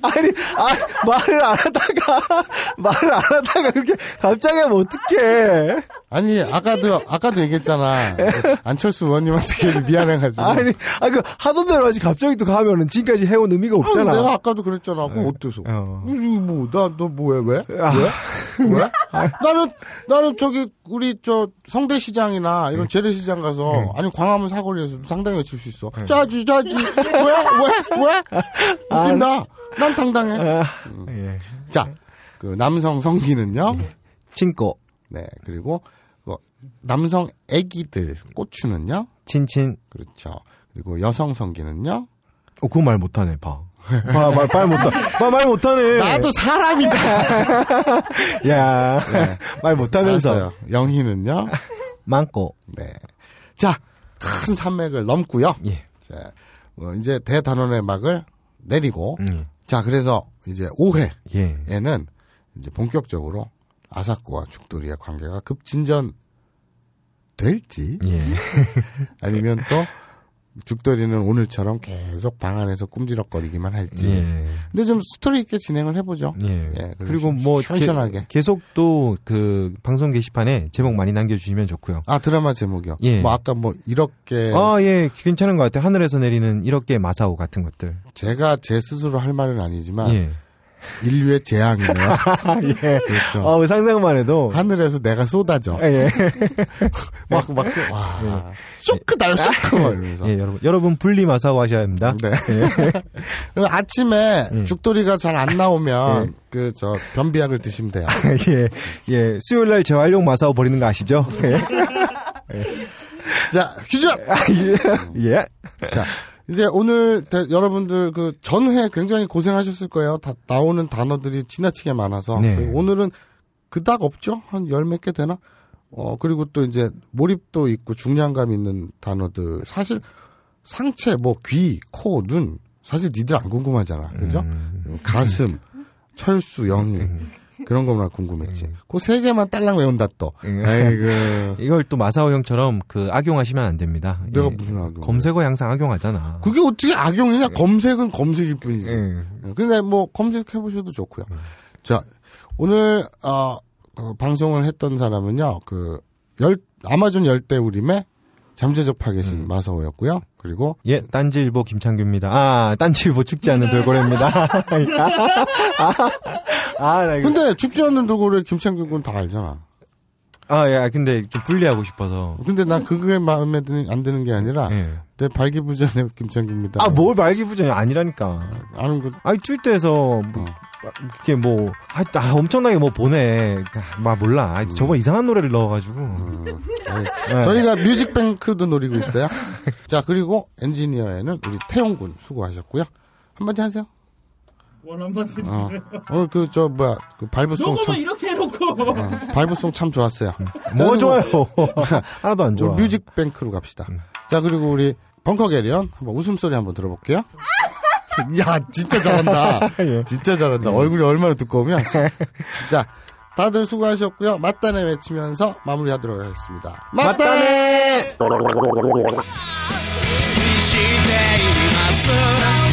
A: 아니 아 말을 안 하다가 말을 안 하다가 그렇게 갑자기 하면 어떡해
B: 아니 아까도 아까도 얘기했잖아 안철수 의원님한테 괜히 미안해가지고
E: 아니, 아, 그, 하던 대로 하지, 갑자기 또 가면은 지금까지 해온 의미가
B: 아유, 내가
E: 없잖아.
B: 아까도 그랬잖아. 그럼 어때서? 아.
A: 어.
B: 뭐나너 뭐해 왜? 왜? 왜? 나는 나는 저기 우리 저 성대시장이나 이런 재래시장 가서 아니 광화문 사거리에서 당당히 외칠 수 있어. 짜지 짜지 왜 왜 왜? 웃긴다. 난 당당해.
A: 예.
B: 자, 그 남성 성기는요.
A: 친꼬,
B: 네 그리고 뭐 남성 애기들 꼬추는요.
A: 친친.
B: 그렇죠. 그리고 여성 성기는요.
A: 어, 그거 말 못하네, 봐. 봐, 말, 말 못하, 봐, 말 못하네.
B: 나도 사람이다.
A: 야, 말 못하면서.
B: 네. 알았어요. 영희는요.
A: 많고,
B: 네. 자, 큰 산맥을 넘고요.
A: 예.
B: 자, 어, 이제 대단원의 막을 내리고,
A: 음.
B: 자, 그래서 이제 5회에는
A: 예.
B: 이제 본격적으로 아사코와 죽돌이의 관계가 급진전 될지,
A: 예.
B: 아니면 또 죽돌이는 오늘처럼 계속 방 안에서 꿈지럭거리기만 할지.
A: 예.
B: 근데 좀 스토리 있게 진행을 해보죠.
A: 예.
B: 예,
A: 그리고 뭐, 게-
B: 시원하게.
A: 계속 또, 그, 방송 게시판에 제목 많이 남겨주시면 좋고요
B: 아 드라마 제목이요.
A: 예.
B: 뭐 아까 뭐 이렇게
A: 아, 예, 괜찮은 것 같아요. 하늘에서 내리는 이렇게 마사오 같은 것들.
B: 제가 제 스스로 할 말은 아니지만
A: 예.
B: 인류의 재앙이네요. 그렇죠.
A: 아, 상상만 해도.
B: 하늘에서 내가 쏟아져.
A: 예.
B: 막, 막, 쏟- 와. 쇼크다요, 쇼크! 막 이러면서.
A: 예, 여러분. 여러분, 분리 마사오 하셔야 합니다.
B: 네. 그리고 아침에
A: 예.
B: 죽돌이가 잘 안 나오면, 그, 저, 변비약을 드시면 돼요.
A: 예, 예. 수요일 날 재활용 마사오 버리는 거 아시죠? 예.
B: 자, 휴지!
A: 예. 예.
B: 자, 이제 오늘 대- 여러분들 그 전회 굉장히 고생하셨을 거예요. 다 나오는 단어들이 지나치게 많아서.
A: 네.
B: 그리고 오늘은 그닥 없죠? 한 열 몇 개 되나? 어, 그리고 또 이제 몰입도 있고 중량감 있는 단어들. 사실 상체, 뭐 귀, 코, 눈. 사실 니들 안 궁금하잖아. 그죠?
A: 음.
B: 가슴, 철수, 영희. 그런 것만 궁금했지. 그 세 개만 딸랑 외운다 또.
A: 음.
B: 아이고.
A: 이걸 또 마사오 형처럼 그 악용하시면 안 됩니다.
B: 내가
A: 예.
B: 무슨 악용?
A: 검색어 양상 악용하잖아.
B: 그게 어떻게 악용이냐? 검색은 검색일 뿐이지.
A: 예.
B: 근데 뭐 검색해 보셔도 좋고요.
A: 음.
B: 자, 오늘 어, 그 방송을 했던 사람은요. 그 열, 아마존 열대우림의 잠재적
A: 음.
B: 파괴신 마사오였고요. 그리고
A: 예, 딴지일보 김창규입니다. 아, 딴지일보 죽지 않는 돌고래입니다. 아, 나 이거.
B: 근데 죽지 않는 도구를 김창균 군 다 알잖아.
A: 아, 야, 근데 좀 분리하고 싶어서.
B: 근데 난 그게 마음에 드는, 안 드는 게 아니라
A: 예.
B: 내 발기부전의 김창규입니다.
A: 아, 뭘 말기부전이 아니라니까.
B: 아는 그
A: 아니, 트위터에서 뭐, 이렇게 뭐, 아, 아, 엄청나게 뭐 보내. 아, 막 몰라. 아, 저번에 이상한 노래를 넣어가지고.
B: 아니, 예.
A: 네.
B: 저희가 뮤직뱅크도 노리고 있어요. 자, 그리고 엔지니어에는 우리 태용 군 수고하셨고요. 한마디 하세요.
F: 원한번
B: 어, 오늘 그, 저, 뭐야, 그 발부송 참,
F: 녹음을 이렇게 해놓고
B: 발부송 참 좋았어요.
A: 뭐
B: 자, 그리고
A: 좋아요. 하나도 안 음.
B: 우리
A: 좋아.
B: 뮤직뱅크로 갑시다. 자, 그리고 우리 벙커 게리언, 한번 웃음소리 한번 들어볼게요. 야, 진짜 잘한다.
A: 예.
B: 진짜 잘한다. 얼굴이 얼마나 두꺼우면. 자, 다들 수고하셨고요. 맞다네 외치면서 마무리하도록 하겠습니다. 맞다네!
G: にしています